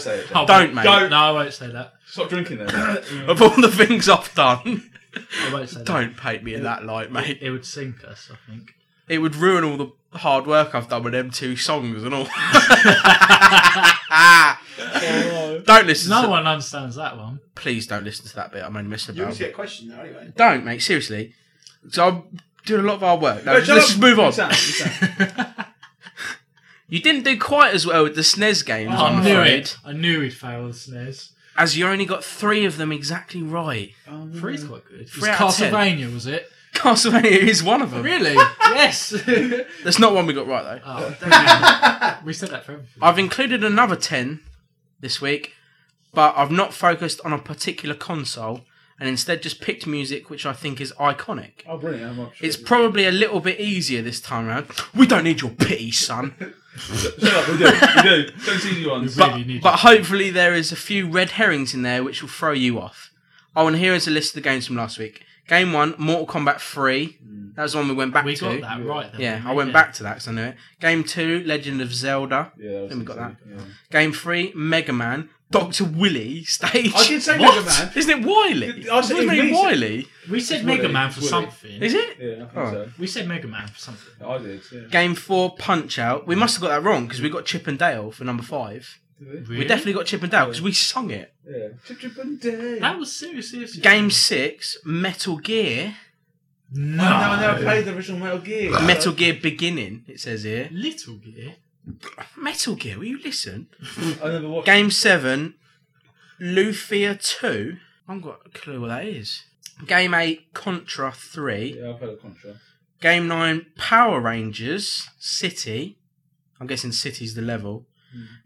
G: say it.
F: Oh,
C: Don't, mate.
F: No, I won't say that.
G: Stop drinking then.
C: of all the things I've done,
F: I won't say
C: don't paint me in that light,
F: that.
C: mate.
F: It would sink us, I think.
C: It would ruin all the hard work I've done with them two songs and all. don't listen.
F: No
C: to,
F: one understands that one.
C: Please don't listen to that bit. I'm only missing
D: You
C: about.
D: always get questioned though, anyway.
C: Don't, mate. Seriously. So I'm doing a lot of our work. Now,
G: No,
C: let's
G: shut
C: just
G: up.
C: move on.
G: It's out, it's out.
C: You didn't do quite as well with the SNES games,
F: Oh, I
C: I'm
F: knew
C: afraid,
F: it. I knew he'd fail the snares.
C: as you only got three of them exactly right.
F: Three's quite good. It was
C: Three out of ten.
F: Castlevania, was it?
C: Castlevania is one of them.
F: Really? yes.
C: That's not one we got right though.
F: oh, damn. we said that for everything.
C: I've included another ten this week, but I've not focused on a particular console and instead just picked music which I think is iconic.
G: Oh, brilliant. I'm
C: It's probably a little bit easier this time around. We don't need your pity, son.
G: Shut up, we do. We do. Don't see you on.
F: Really
C: but,
F: need
C: but hopefully there is a few red herrings in there which will throw you off. Oh, and here is a list of the games from last week. Game one, Mortal Kombat three. That was the one we went back
F: we
C: to.
F: got that right. Then,
C: Yeah,
F: didn't
C: I
F: we?
C: went
F: Yeah.
C: back to that because I knew it. Game two, Legend of Zelda.
G: Yeah,
C: Then we got that.
G: Yeah.
C: Game three, Mega Man. Doctor Willy stage.
G: I did say Mega Man.
C: Isn't it Wily?
G: I said
C: Wasn't
G: it
C: it
G: was-
C: Wily?
F: We said
G: It's
F: Mega
G: Willy,
F: Man
G: it's
F: for
G: Willy.
F: something.
C: Is it?
G: Yeah, I think
C: Oh.
G: so.
F: We said Mega Man for something.
G: I did. Yeah.
C: Game four, Punch Out. We must have got that wrong because we got Chip and Dale for number five.
F: Really?
C: We definitely got Chip and Dale because we sung it.
G: yeah. Chip, chip and day.
F: That was seriously.
C: Game six, Metal Gear.
F: No.
G: No, I never played the original Metal Gear.
C: Metal Gear Beginning, it says here.
F: Little Gear.
C: Metal Gear, will you listen?
G: I never watched.
C: Game 7, Lufia 2. I haven't got a clue what that is. Game 8, Contra 3.
G: Yeah, I played Contra.
C: Game 9, Power Rangers City. I'm guessing City's the level.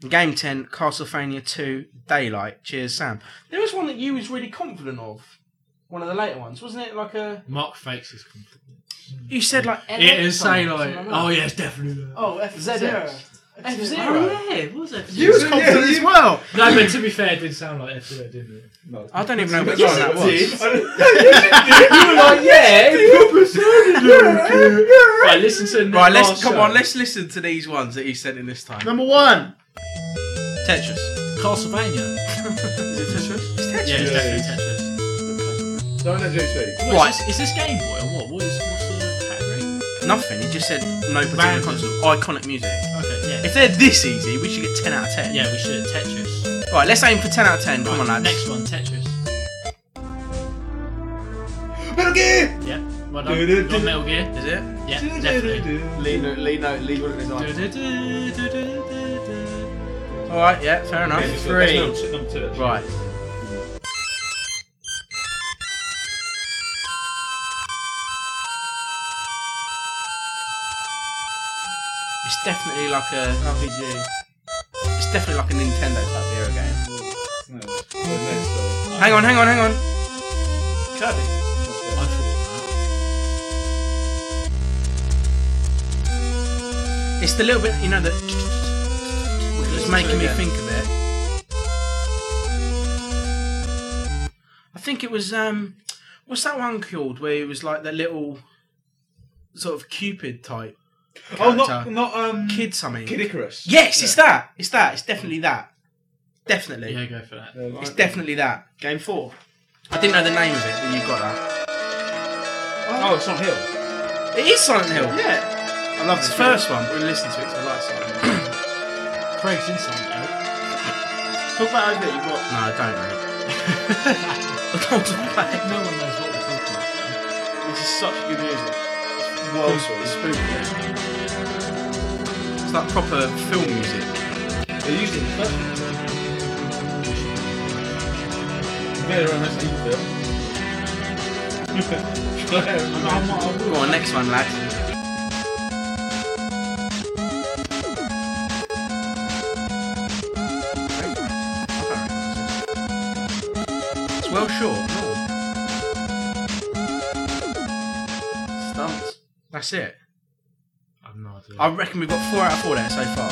C: And Game 10, Castlevania 2, Daylight. Cheers, Sam. There was one that you was really confident of. One of the later ones, wasn't it? Like a
F: Mark fakes his complete.
C: you said like NX
F: It is
C: or
F: say
C: something
F: like,
C: that.
F: oh yeah, it's definitely that.
D: Oh, F Zero.
C: F
F: Oh
C: Zero.
F: yeah, it was F
D: You was confident as well.
F: No, but to be fair, it did sound like F Zero, didn't it?
G: No.
C: I don't even know which
D: Yes,
C: one that
D: it
C: was.
D: did.
F: Right, listen to the
C: Right, let's
F: last
C: come
F: show.
C: on. Let's listen to these ones that you sent in this time.
D: Number one.
C: Tetris.
F: Castlevania.
C: Is it Tetris? It's Tetris.
F: Yeah, it's
G: Yeah.
F: definitely Tetris.
G: Don't let Jay speak.
F: What,
C: Right.
F: Is this, is this Game Boy or what? What is what's the category?
C: Nothing. He just said no particular
F: Random.
C: console. Iconic music.
F: Okay, yeah,
C: If they're this easy, we should get ten out of ten.
F: yeah, we should Tetris.
C: Right, let's aim for ten out of ten. Come on,
F: Right,
C: lads.
F: Next one, Tetris.
G: Metal Gear!
F: Yeah, well
G: Do, do,
F: done. Got
G: do.
F: Metal Gear.
C: Is it?
F: Yeah, definitely.
D: Lee, no, Lee, no, Lee wouldn't resign.
F: Do, do, do, do, do, do, do.
C: All right. Yeah. Fair enough.
G: Three. Number two. actually.
C: Right. It's definitely like a.
D: RPG.
C: It's definitely like a Nintendo type era game.
G: No. The next, uh,
C: Hang on, hang on, hang on.
F: I thought
C: It's the little bit, you know, that it's making me think of it. I think it was um, what's that one called? Where it was like the little sort of Cupid type
G: Oh, not
C: Character.
G: not um.
C: kid something.
G: Kid Icarus.
C: Yes, it's that. It's that. It's definitely that.
F: that.
C: Definitely.
F: Yeah, go for that.
C: It's definitely that.
D: Game four.
C: I didn't know the name of it, but you got that.
G: Oh, it's not Hill.
C: It is Silent Hill.
D: Yeah. I love
C: It's
D: this
C: the first one.
D: We listened to it because I like something.
F: Craig's in something.
D: Talk about over that you got.
C: No, don't mate.
F: No one knows what we're talking about.
D: This is such good music. Well, it's spooky.
C: it's like proper film music.
G: They're usually the first one. Better on this evil film.
C: Go on, next one, lad. It's well short.
D: Stunts.
C: That's it.
F: I've no idea.
C: I reckon we've got four out of four there so far.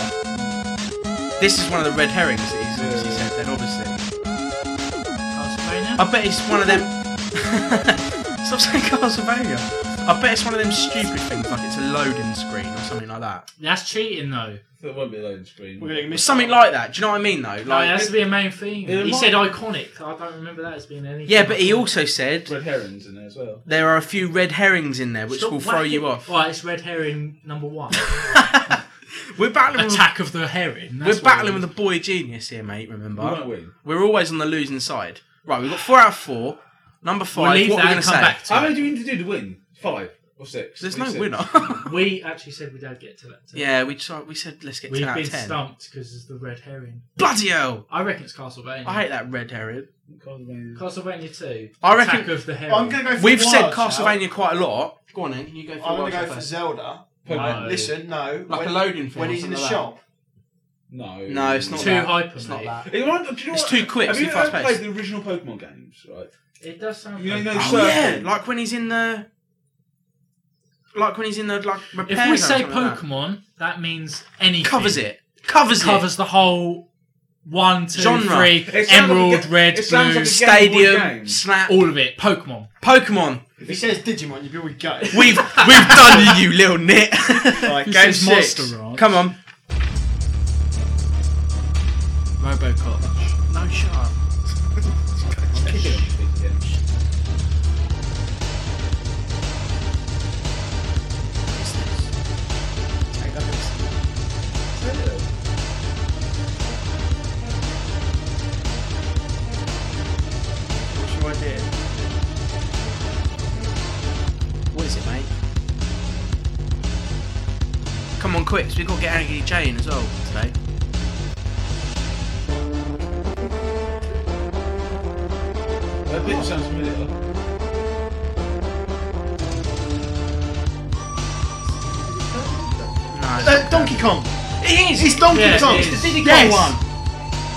C: This is one of the red herrings that he's obviously said then, obviously.
F: Castlevania?
C: I bet it's one of them. Stop saying Castlevania. I bet it's one of them stupid things, like it's a loading screen or something like that.
F: That's cheating though.
G: There won't be a loading screen.
D: We're gonna miss
C: Something like that. Do you know what I mean, though? Like,
F: No, it has to be a main theme.
G: it
F: He
G: might-
F: said iconic. I don't remember that as being anything.
C: yeah, but he also said
G: Red herrings in there as well.
C: there are a few red herrings in there which
F: Stop
C: will throw you
F: whacking-
C: off.
F: Right, it's red herring number one.
C: We're battling. With,
F: Attack of the herring. that's
C: we're
F: what it
C: battling
F: is.
C: with the boy genius here, mate. Remember,
G: We won't win.
C: we're always on the losing side. Right, we've got four out of four. Number
F: We'll
C: five.
F: leave
C: what
F: that
C: are we gonna
F: and come
C: say?
F: back to
G: How
F: it.
G: many do we need to do to win? Five or six?
C: There's
G: At
C: no
G: least six.
C: winner.
F: We actually said we don't get to that. today.
C: yeah, we tried, we said let's get
F: We've
C: ten out
F: been
C: of ten.
F: stumped because it's the red herring.
C: Bloody hell!
F: I reckon it's Castlevania.
C: I hate that red herring.
G: Castlevania.
F: Castlevania 2.
C: I reckon-
F: Attack of the herring.
D: I'm gonna go. For
C: We've said
D: Wild Shout.
C: Castlevania quite a lot. Go on then. Can you go for
D: I'm gonna
C: Wild
D: go
C: Shout
D: for
C: first?
D: Zelda.
F: No.
D: Listen, no.
C: Like
D: when,
C: a loading thing
D: when
C: or
D: he's in the
C: something like
D: shop.
G: No.
C: No, it's not
F: Too
C: that.
F: hyper,
C: It's not
F: mate.
C: that.
G: It reminds- do you know
C: It's
G: what-
C: too quick,
G: Have
C: it's
G: you
C: too
G: ever
C: fast-paced.
G: played the original Pokemon games? Right.
F: It does sound.
G: You know, you know
F: like-
C: Oh
G: Circle.
C: yeah, like when he's in the, like when he's in the like repair.
F: if we
C: zone or
F: say
C: something like that.
F: Pokemon, that means anything.
C: covers it, covers it,
F: Covers the whole one, two,
C: Genre.
F: three,
G: It sounds
F: emerald,
G: like a ga-
F: red,
G: it
F: blue,
G: sounds like a Game Boy
C: stadium,
G: game.
C: snap,
F: all of it. Pokemon.
C: Pokemon.
D: If he says Digimon, you'd be all gutted.
C: We've we've done you, little nit.
D: Right,
F: Who
D: game
F: says
D: six.
F: Monster Ranch?
C: Come on.
F: Robocop.
C: No shot.
D: What's your idea?
C: What is it, mate? Come on, quick! 'cause We've got to get Angry J in as well today.
G: That bit sounds familiar.
C: No,
D: Uh, Donkey Kong.
C: it is.
D: It's Donkey
F: Yeah, it
D: Kong.
F: is.
D: It's the Diddy Kong
C: Yes.
D: one.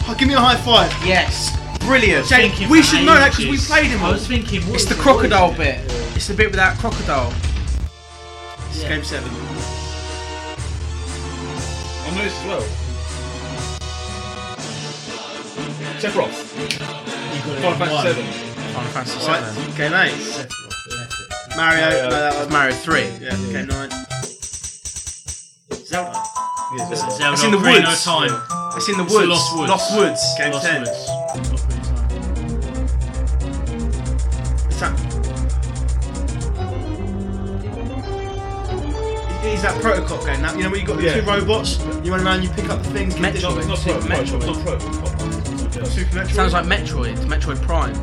D: Oh, give me a high five.
C: Yes,
D: Brilliant.
F: Thinking
C: we
F: for
C: should know that 'cause we
F: ages.
C: played him
F: I
C: all.
F: was thinking. what
C: it's
F: is
C: the
F: it?
C: crocodile bit. It's the bit with that crocodile. It's
F: Yeah.
C: game seven.
G: I know this as well.
F: You
G: Sephiroth.
F: got it in
G: Final Fantasy
F: one.
G: Seven.
C: Final Fantasy
D: Right,
C: seven.
D: game eight. Mario. No, that
C: That's
D: was
C: Mario three.
D: Yeah, game nine. Zelda.
F: It's
G: Yes,
F: Zelda
C: It's in the
F: Ocarina of
C: woods.
F: Time.
C: It's in the
F: It's
C: woods.
F: Lost Woods.
C: Lost Woods.
D: Game
F: Lost
D: ten.
F: Woods. Ocarina of Time.
D: Is that? Is that protocol game? That you know where you got the
G: Yeah.
D: two robots, you run around, you pick up the things. get
C: Metro-
D: different-
G: Not Pro. Not Pro. Not Pro. Not
D: Super Metroid.
C: Sounds like Metroid. Metroid Prime.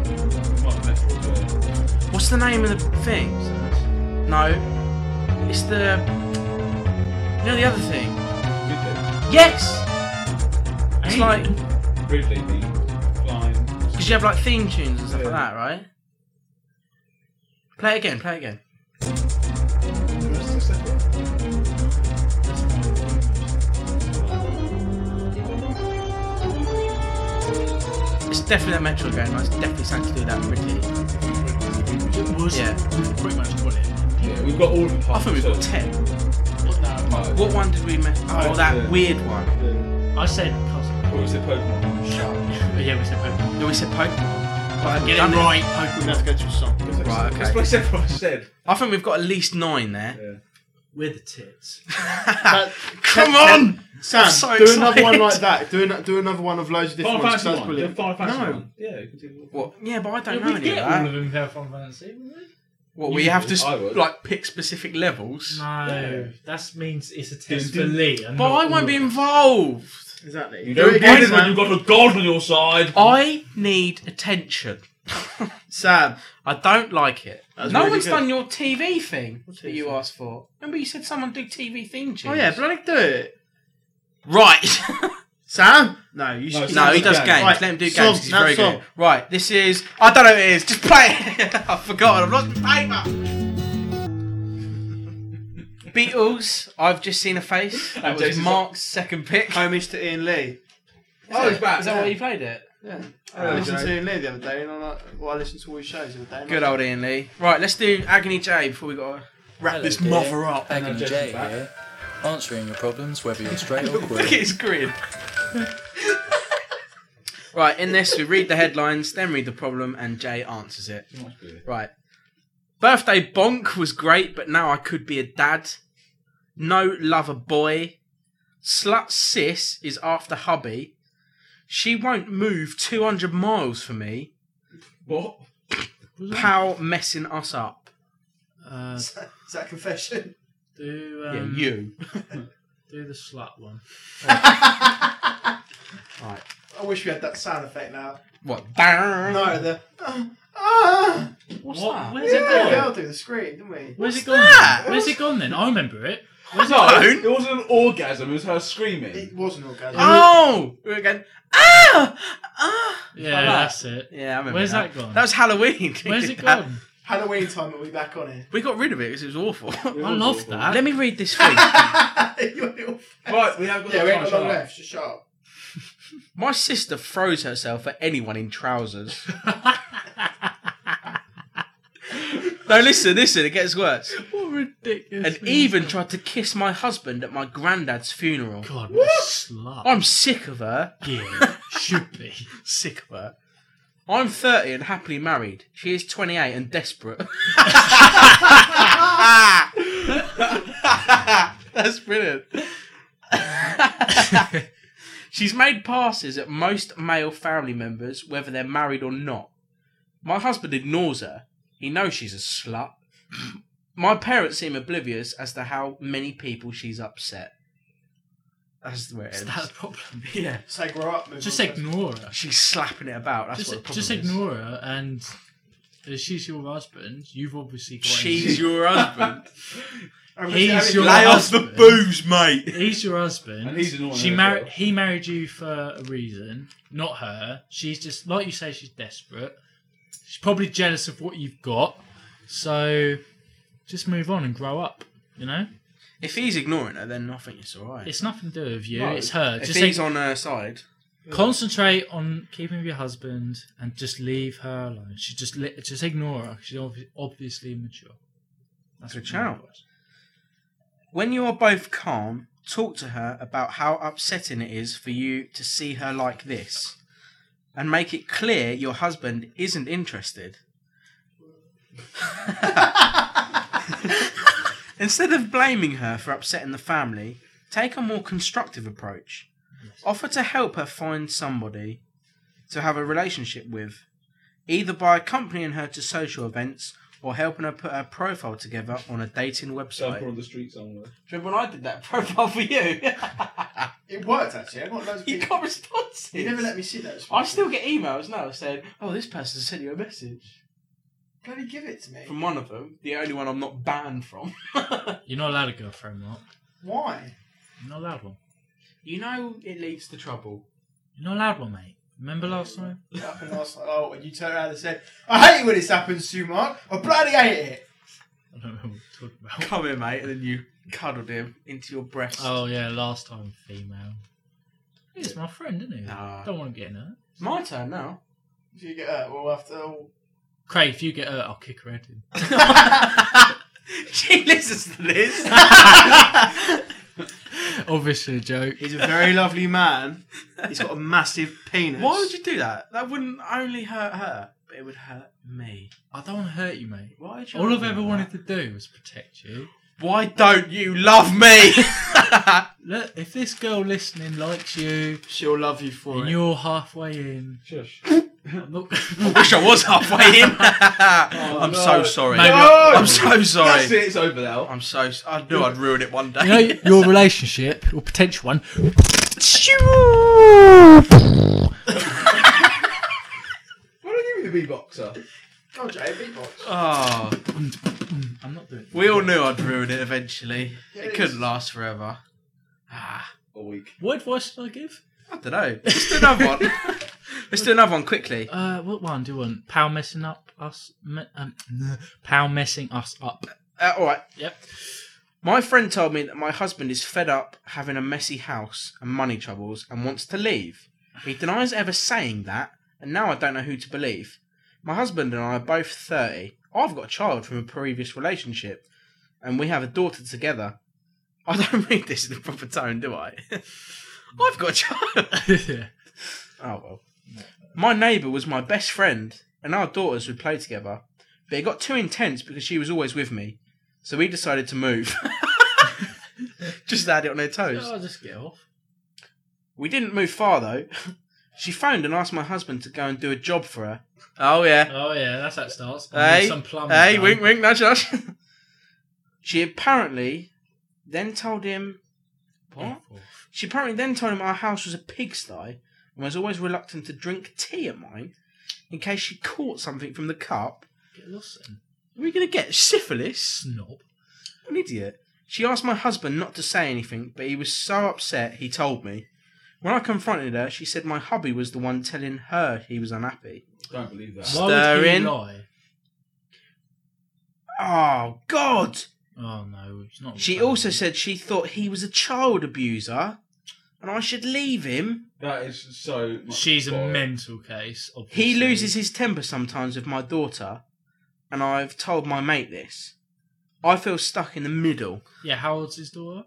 G: Pro.
C: What's the name of the thing? No. It's the. You know the other thing. Yes. It's like
G: Ridley, the flying.
C: because you have like theme tunes and stuff like that, right? Play it again. Play it again. It's definitely that Metroid game. Right? It's definitely something to do with that Ridley.
F: It was
C: Yeah.
F: pretty much got it.
G: Yeah, we've got all of the
C: I think we've got
G: parts,
C: ten.
G: so-
C: What one did we miss? Oh, that
G: yeah.
C: weird one.
F: I said Castlevania.
G: Or is it Pokemon?
F: But yeah, we said Pokemon.
C: No, we said Pokemon. I've
F: Get it
C: done it.
F: right.
D: We'd have to go to a song.
C: Right, okay.
G: That's what I said. What I said.
C: I think we've got at least nine there.
F: With the tits.
D: That-
C: Come
D: that-
C: on!
D: Sam,
C: I'm so
D: do another
C: excited.
D: one like that. Do, an, do another one of loads of different
G: Final
D: ones. 'cause
G: Fantasy
D: That's
G: one.
D: brilliant.
G: Do Final Fantasy
D: No.
G: one. Yeah, you can do what?
C: What? Yeah, but I don't
F: Yeah,
C: know
F: we'd
C: any of
F: get all
C: that.
F: of them without Final Fantasy, wouldn't we?
C: What we
G: You
C: have
G: would,
C: to s-
G: I would.
C: like pick specific levels.
F: No, that means it's a test for
G: Dun, dun.
F: Lee. and
C: But
F: not
C: I won't be
F: all of us.
C: involved.
D: Exactly.
G: You
D: do
G: don't
D: it
G: get
D: again,
G: it when
D: Sam.
G: you've got a god on your side.
C: I need attention.
D: Sam.
C: I don't like it.
D: That was
C: No
D: really
C: one's
D: good.
C: done your TV thing that
D: TV
C: you
D: thing?
C: asked for. Remember you said someone do TV theme tunes.
D: Oh yeah, bloody do it.
C: Right.
D: Sam. No, you should.
C: no, he does
G: Games.
C: games.
D: Right,
C: Let him do games.
D: song,
C: 'cause he's
D: now
C: very
D: song.
C: good. Right. This is. I don't know what it is. Just play it. I've forgotten. I've lost my paper. Beatles. I've just seen a face. That was
G: Jason's-
C: Mark's second pick.
D: Homage to Ian Lee.
G: Oh, he's back.
C: Is that why you played it?
D: I listened to Ian Lee the other day, and I like, well, I listened to all his shows the other day. and I-
C: Good old Ian Lee. Right, let's do Agony J before we got.
D: wrap
H: Hello,
D: this
H: dear.
D: mother up.
H: Agony
G: Jason's
H: J
G: back.
H: here, answering your problems whether you're straight or
C: Look at
H: queer.
C: his grin. Right, in this, we read the headlines, then read the problem, and Jay answers it. Right. Birthday bonk was great, but now I could be a dad. No lover boy. Slut sis is after hubby. She won't move 200 miles for me.
G: What?
C: Pal messing us up.
F: Uh,
D: Is that- is that confession?
F: do
C: Yeah,
F: um,
C: you.
F: do the slut one.
C: Right.
D: I wish we had that sound effect now.
C: What?
D: No, the. Ah, ah.
F: What's
C: that?
F: Where's it
D: yeah,
F: gone?
D: we all do the scream, didn't we?
F: Where's
C: What's
F: it gone?
C: that?
F: Then? Where's it gone then? I remember it. Where's it
G: No,
F: gone?
G: it wasn't an orgasm. It was her screaming.
D: It was an orgasm.
C: Oh! We were going, ah! Ah!
F: Yeah, that's it.
C: Yeah, I remember
F: Where's
C: that.
F: that gone?
C: That was Halloween. We
F: Where's
C: did
F: it
C: that.
F: gone?
D: Halloween time, we'll be back on it.
C: We got rid of it because it was awful.
F: I love that.
C: Let me read this thing.
D: Your little-
G: Right, we have got
D: yeah, we ain't got
G: time, shut
D: long
G: up.
D: left. Just shut up.
C: My sister froze herself at anyone in trousers. no, listen, listen, it gets worse.
F: What ridiculous.
C: And even tried to kiss my husband at my granddad's funeral.
F: God, what a slut.
C: I'm sick of her.
F: Yeah, should be.
C: Sick of her. I'm 30 and happily married. She is 28 and desperate. That's brilliant. She's made passes at most male family members, whether they're married or not. My husband ignores her. He knows she's a slut. My parents seem oblivious as to how many people she's upset. That's where it
F: That's
C: ends.
F: the problem. Yeah.
D: Say, grow up. move
F: Just
D: on first.
F: ignore her.
C: She's slapping it about. That's what the problem
F: Just, just
C: is.
F: ignore her and if she's your husband, you've obviously got
C: She's your husband.
D: I'm gonna-
F: He's
D: I'm
F: your
D: gonna-
F: husband.
C: mate.
F: He's your husband.
G: And he's annoying
F: she
G: her
F: married.
G: as well.
F: He married you for a reason, not her. She's just like you say. She's desperate. She's probably jealous of what you've got. So, just move on and grow up. You know,
C: If he's ignoring her, then I think it's alright.
F: it's nothing to do with you.
G: No,
F: it's her.
C: If
F: Just
C: he's
F: like,
C: on her side,
F: concentrate on keeping with your husband and just leave her alone. She just li- just ignore her. She's obvi- obviously immature. That's
C: Good
F: what mine
C: shout.
F: was.
C: when you are both calm, talk to her about how upsetting it is for you to see her like this, and make it clear your husband isn't interested. Instead of blaming her for upsetting the family, take a more constructive approach. Offer to help her find somebody to have a relationship with, either by accompanying her to social events or helping her put her profile together on a dating website.
G: Somewhere on the street somewhere.
C: Do you remember when I did that profile for you?
D: It worked actually. I got loads of
C: you
D: people.
C: got responses.
D: You never let me see those.
C: I still get emails now saying, "Oh, this person sent you a message."
D: Bloody give it to me.
C: From one of them, the only one I'm not banned from.
F: You're not allowed a girlfriend, Mark.
D: Why?
F: You're not allowed one.
C: you know, it leads to trouble.
F: You're not allowed one, mate. Remember last time?
D: It happened last night. Oh, and you turned around and said, "I hate it when this happens to you, Mark. I bloody hate it."
F: I don't know what we're talking about.
C: Come here, mate, and then you cuddled him into your breast.
F: Oh yeah, last time female. He's my friend, isn't he?
C: Nah.
F: Don't want to get hurt.
C: my turn now.
D: If you get hurt, well, after all,
F: Craig, if you get hurt, I'll kick her head in.
C: she listens to this.
F: Obviously a joke.
D: he's a very lovely man. He's got a massive penis.
C: Why would you do that? That wouldn't only hurt her, but it would hurt me.
F: I don't want to hurt you, mate.
C: Why? would you
F: All I've
C: do
F: ever
C: that?
F: wanted to do was protect you.
C: Why don't you love me?
F: Look, if this girl listening likes you
D: She'll love you for
F: and
D: it.
F: you're halfway in,
G: Shush.
F: I'm not.
C: Wish I was halfway in. I'm so
G: no.
C: sorry.
F: Maybe-
C: I'm so
G: That's
C: sorry.
G: it, it's over now.
C: I'm so. s- I knew I'd ruin it one day.
F: you know your relationship, your potential one.
G: Why don't you be a beatboxer?
D: God, Jay, beatbox.
C: oh,
F: I'm not doing.
C: we all knew I'd ruin it eventually. It
D: Yes.
C: couldn't last forever. Ah,
G: A week.
F: What advice did I give?
C: I don't know. Let's do another one. Let's do another one quickly.
F: Uh, what one do you want? Pow messing up us. Me- um, pow messing us up.
C: Uh, all right.
F: Yep.
C: My friend told me that my husband is fed up having a messy house and money troubles and wants to leave. He denies ever saying that, and now I don't know who to believe. My husband and I are both 30. I've got a child from a previous relationship, and we have a daughter together. I don't read this in the proper tone, do I? I've got a child.
F: yeah.
C: Oh well. My neighbour was my best friend, and our daughters would play together. But it got too intense because she was always with me, so we decided to move. Just had it on her toes.
F: Oh, I'll just get off.
C: We didn't move far though. She phoned and asked my husband to go and do a job for her. Oh yeah.
F: Oh yeah, that's how it starts. And then
C: Hey,
F: some plum.
C: hey,
F: done.
C: wink, wink, nudge, nudge. she apparently then told him. What? She apparently then told him our house was a pigsty and was always reluctant to drink tea at mine in case she caught something from the cup.
F: Get lost then.
C: We're going to get syphilis.
F: Snob.
C: An idiot. She asked my husband not to say anything, but he was so upset he told me. When I confronted her, she said my hubby was the one telling her he was unhappy.
G: Don't believe that.
F: Why would he
C: Stirring.
F: lie?
C: Oh, God!
F: Oh no, it's not.
C: She also said she thought he was a child abuser and I should leave him.
G: That is so. much
F: she's a
G: spoil.
F: mental case. Obviously.
C: He loses his temper sometimes with my daughter, and I've told my mate this. I feel stuck in the middle.
F: Yeah, how old's his daughter?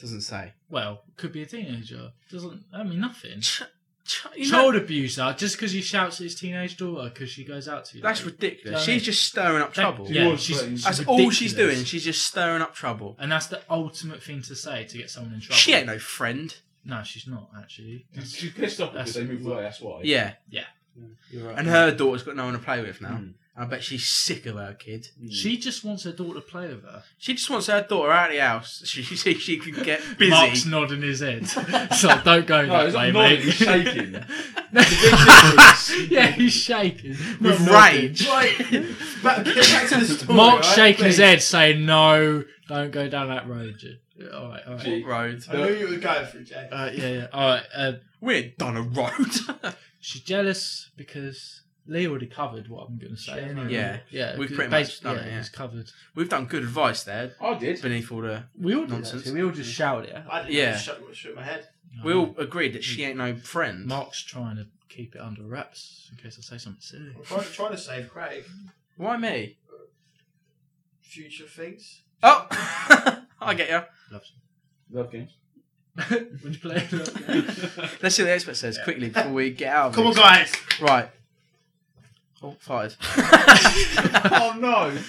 C: Doesn't say.
F: Well, could be a teenager. Doesn't. I mean nothing.
C: Ch- ch- you know-
F: Child abuser. Just because he shouts at his teenage daughter because she goes out to you.
C: that's
F: like,
C: ridiculous.
F: Don't
C: She's
F: it?
C: just stirring up
F: that-
C: trouble.
F: Yeah,
G: Towards
F: she's,
G: things.
C: That's
F: she's
C: all she's
F: ridiculous.
C: doing. She's just stirring up trouble.
F: And that's the ultimate thing to say to get someone in trouble.
C: She ain't no friend.
F: No, she's not actually.
G: She's she's pissed off because
F: That's-
G: they moved away. That's why.
C: Yeah.
F: Yeah. Hmm.
C: And her daughter's got no one to play with now. I bet she's sick of her kid.
G: Hmm.
F: She just wants her daughter to play with her.
C: She just wants her daughter out of the house. She she, she can get busy.
F: Mark's nodding his head. so don't go
G: No,
F: that
G: it's
F: way,
G: not nodding.
F: mate.
G: He's shaking.
F: yeah, he's shaking
C: with
F: Not nodding.
C: rage.
D: Back, back to the story.
F: Mark's
D: right?
F: shaking his
D: Please.
F: head, saying, "No, don't go down that road." Jim." Yeah, All right, all right.
G: She-
C: Road.
D: I knew you were going for it, Jay.
F: Uh, yeah, yeah. All right. Uh,
C: We're done a road.
F: she's jealous because Lee already covered what I'm going to say. anyway.
C: Yeah.
F: yeah.
C: We've
F: 'cause
C: pretty much
F: basi-
C: done
F: yeah,
C: it, yeah.
F: He's covered.
C: We've done good advice there.
G: I did.
C: Beneath all the,
F: We all did
C: Nonsense.
F: actually, We all just shouted it. out.
D: I didn't
C: yeah.
D: yeah. shut, shook my head.
C: we all agreed that she ain't no friend.
F: Mark's trying to keep it under wraps in case I say something silly.
D: I'm trying, trying to save Craig.
C: Why me?
D: Future things.
C: Oh, I get you.
G: Love games.
F: Would you play?
C: Let's see what the expert says quickly before we get out. Of
D: Come on,
C: this.
D: guys.
C: Right. Oh, fired.
G: oh no!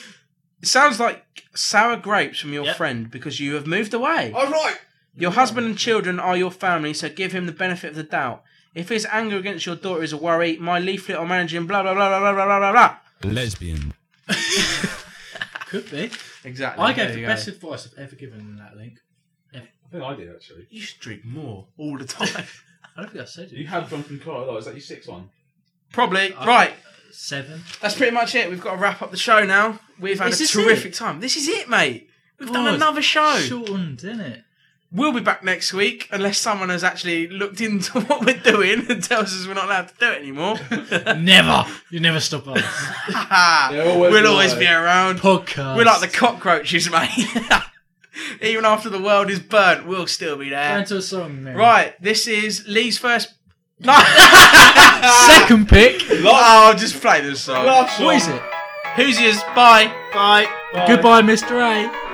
C: It sounds like sour grapes from your
F: Yep.
C: friend because you have moved away.
D: All right.
C: Your husband and children are your family, so give him the benefit of the doubt. If his anger against your daughter is a worry, my leaflet on managing blah blah blah blah blah blah blah blah. blah.
A: Lesbian.
F: Could be.
C: Exactly.
F: I
C: there
F: gave the
C: you go.
F: best advice I've ever given in that link.
G: I think I did actually.
C: You should drink more all the time.
F: I don't think I said
G: You
F: it.
G: have drunken Kyle. Oh, is that your sixth one?
C: Probably. Right.
F: Seven.
C: That's pretty much it. We've got to wrap up the show now. We've had
F: Is
C: a
F: this
C: terrific time. This is it, mate. We've done
F: God,
C: another show.
F: Shortened, didn't it?
C: We'll be back next week unless someone has actually looked into what we're doing and tells us we're not allowed to do it anymore.
F: Never. You never stop us.
G: always
C: we'll always
G: right.
C: be around.
F: Podcast.
C: We're like the cockroaches, mate. Even after the world is burnt, we'll still be
F: Go
C: there.
F: into a song now.
C: Right, this is Lee's first. No.
F: Second pick.
C: I'll Oh, just play this song.
F: What is it?
C: Who's yours? Bye.
D: Bye.
F: Goodbye, Mr. A.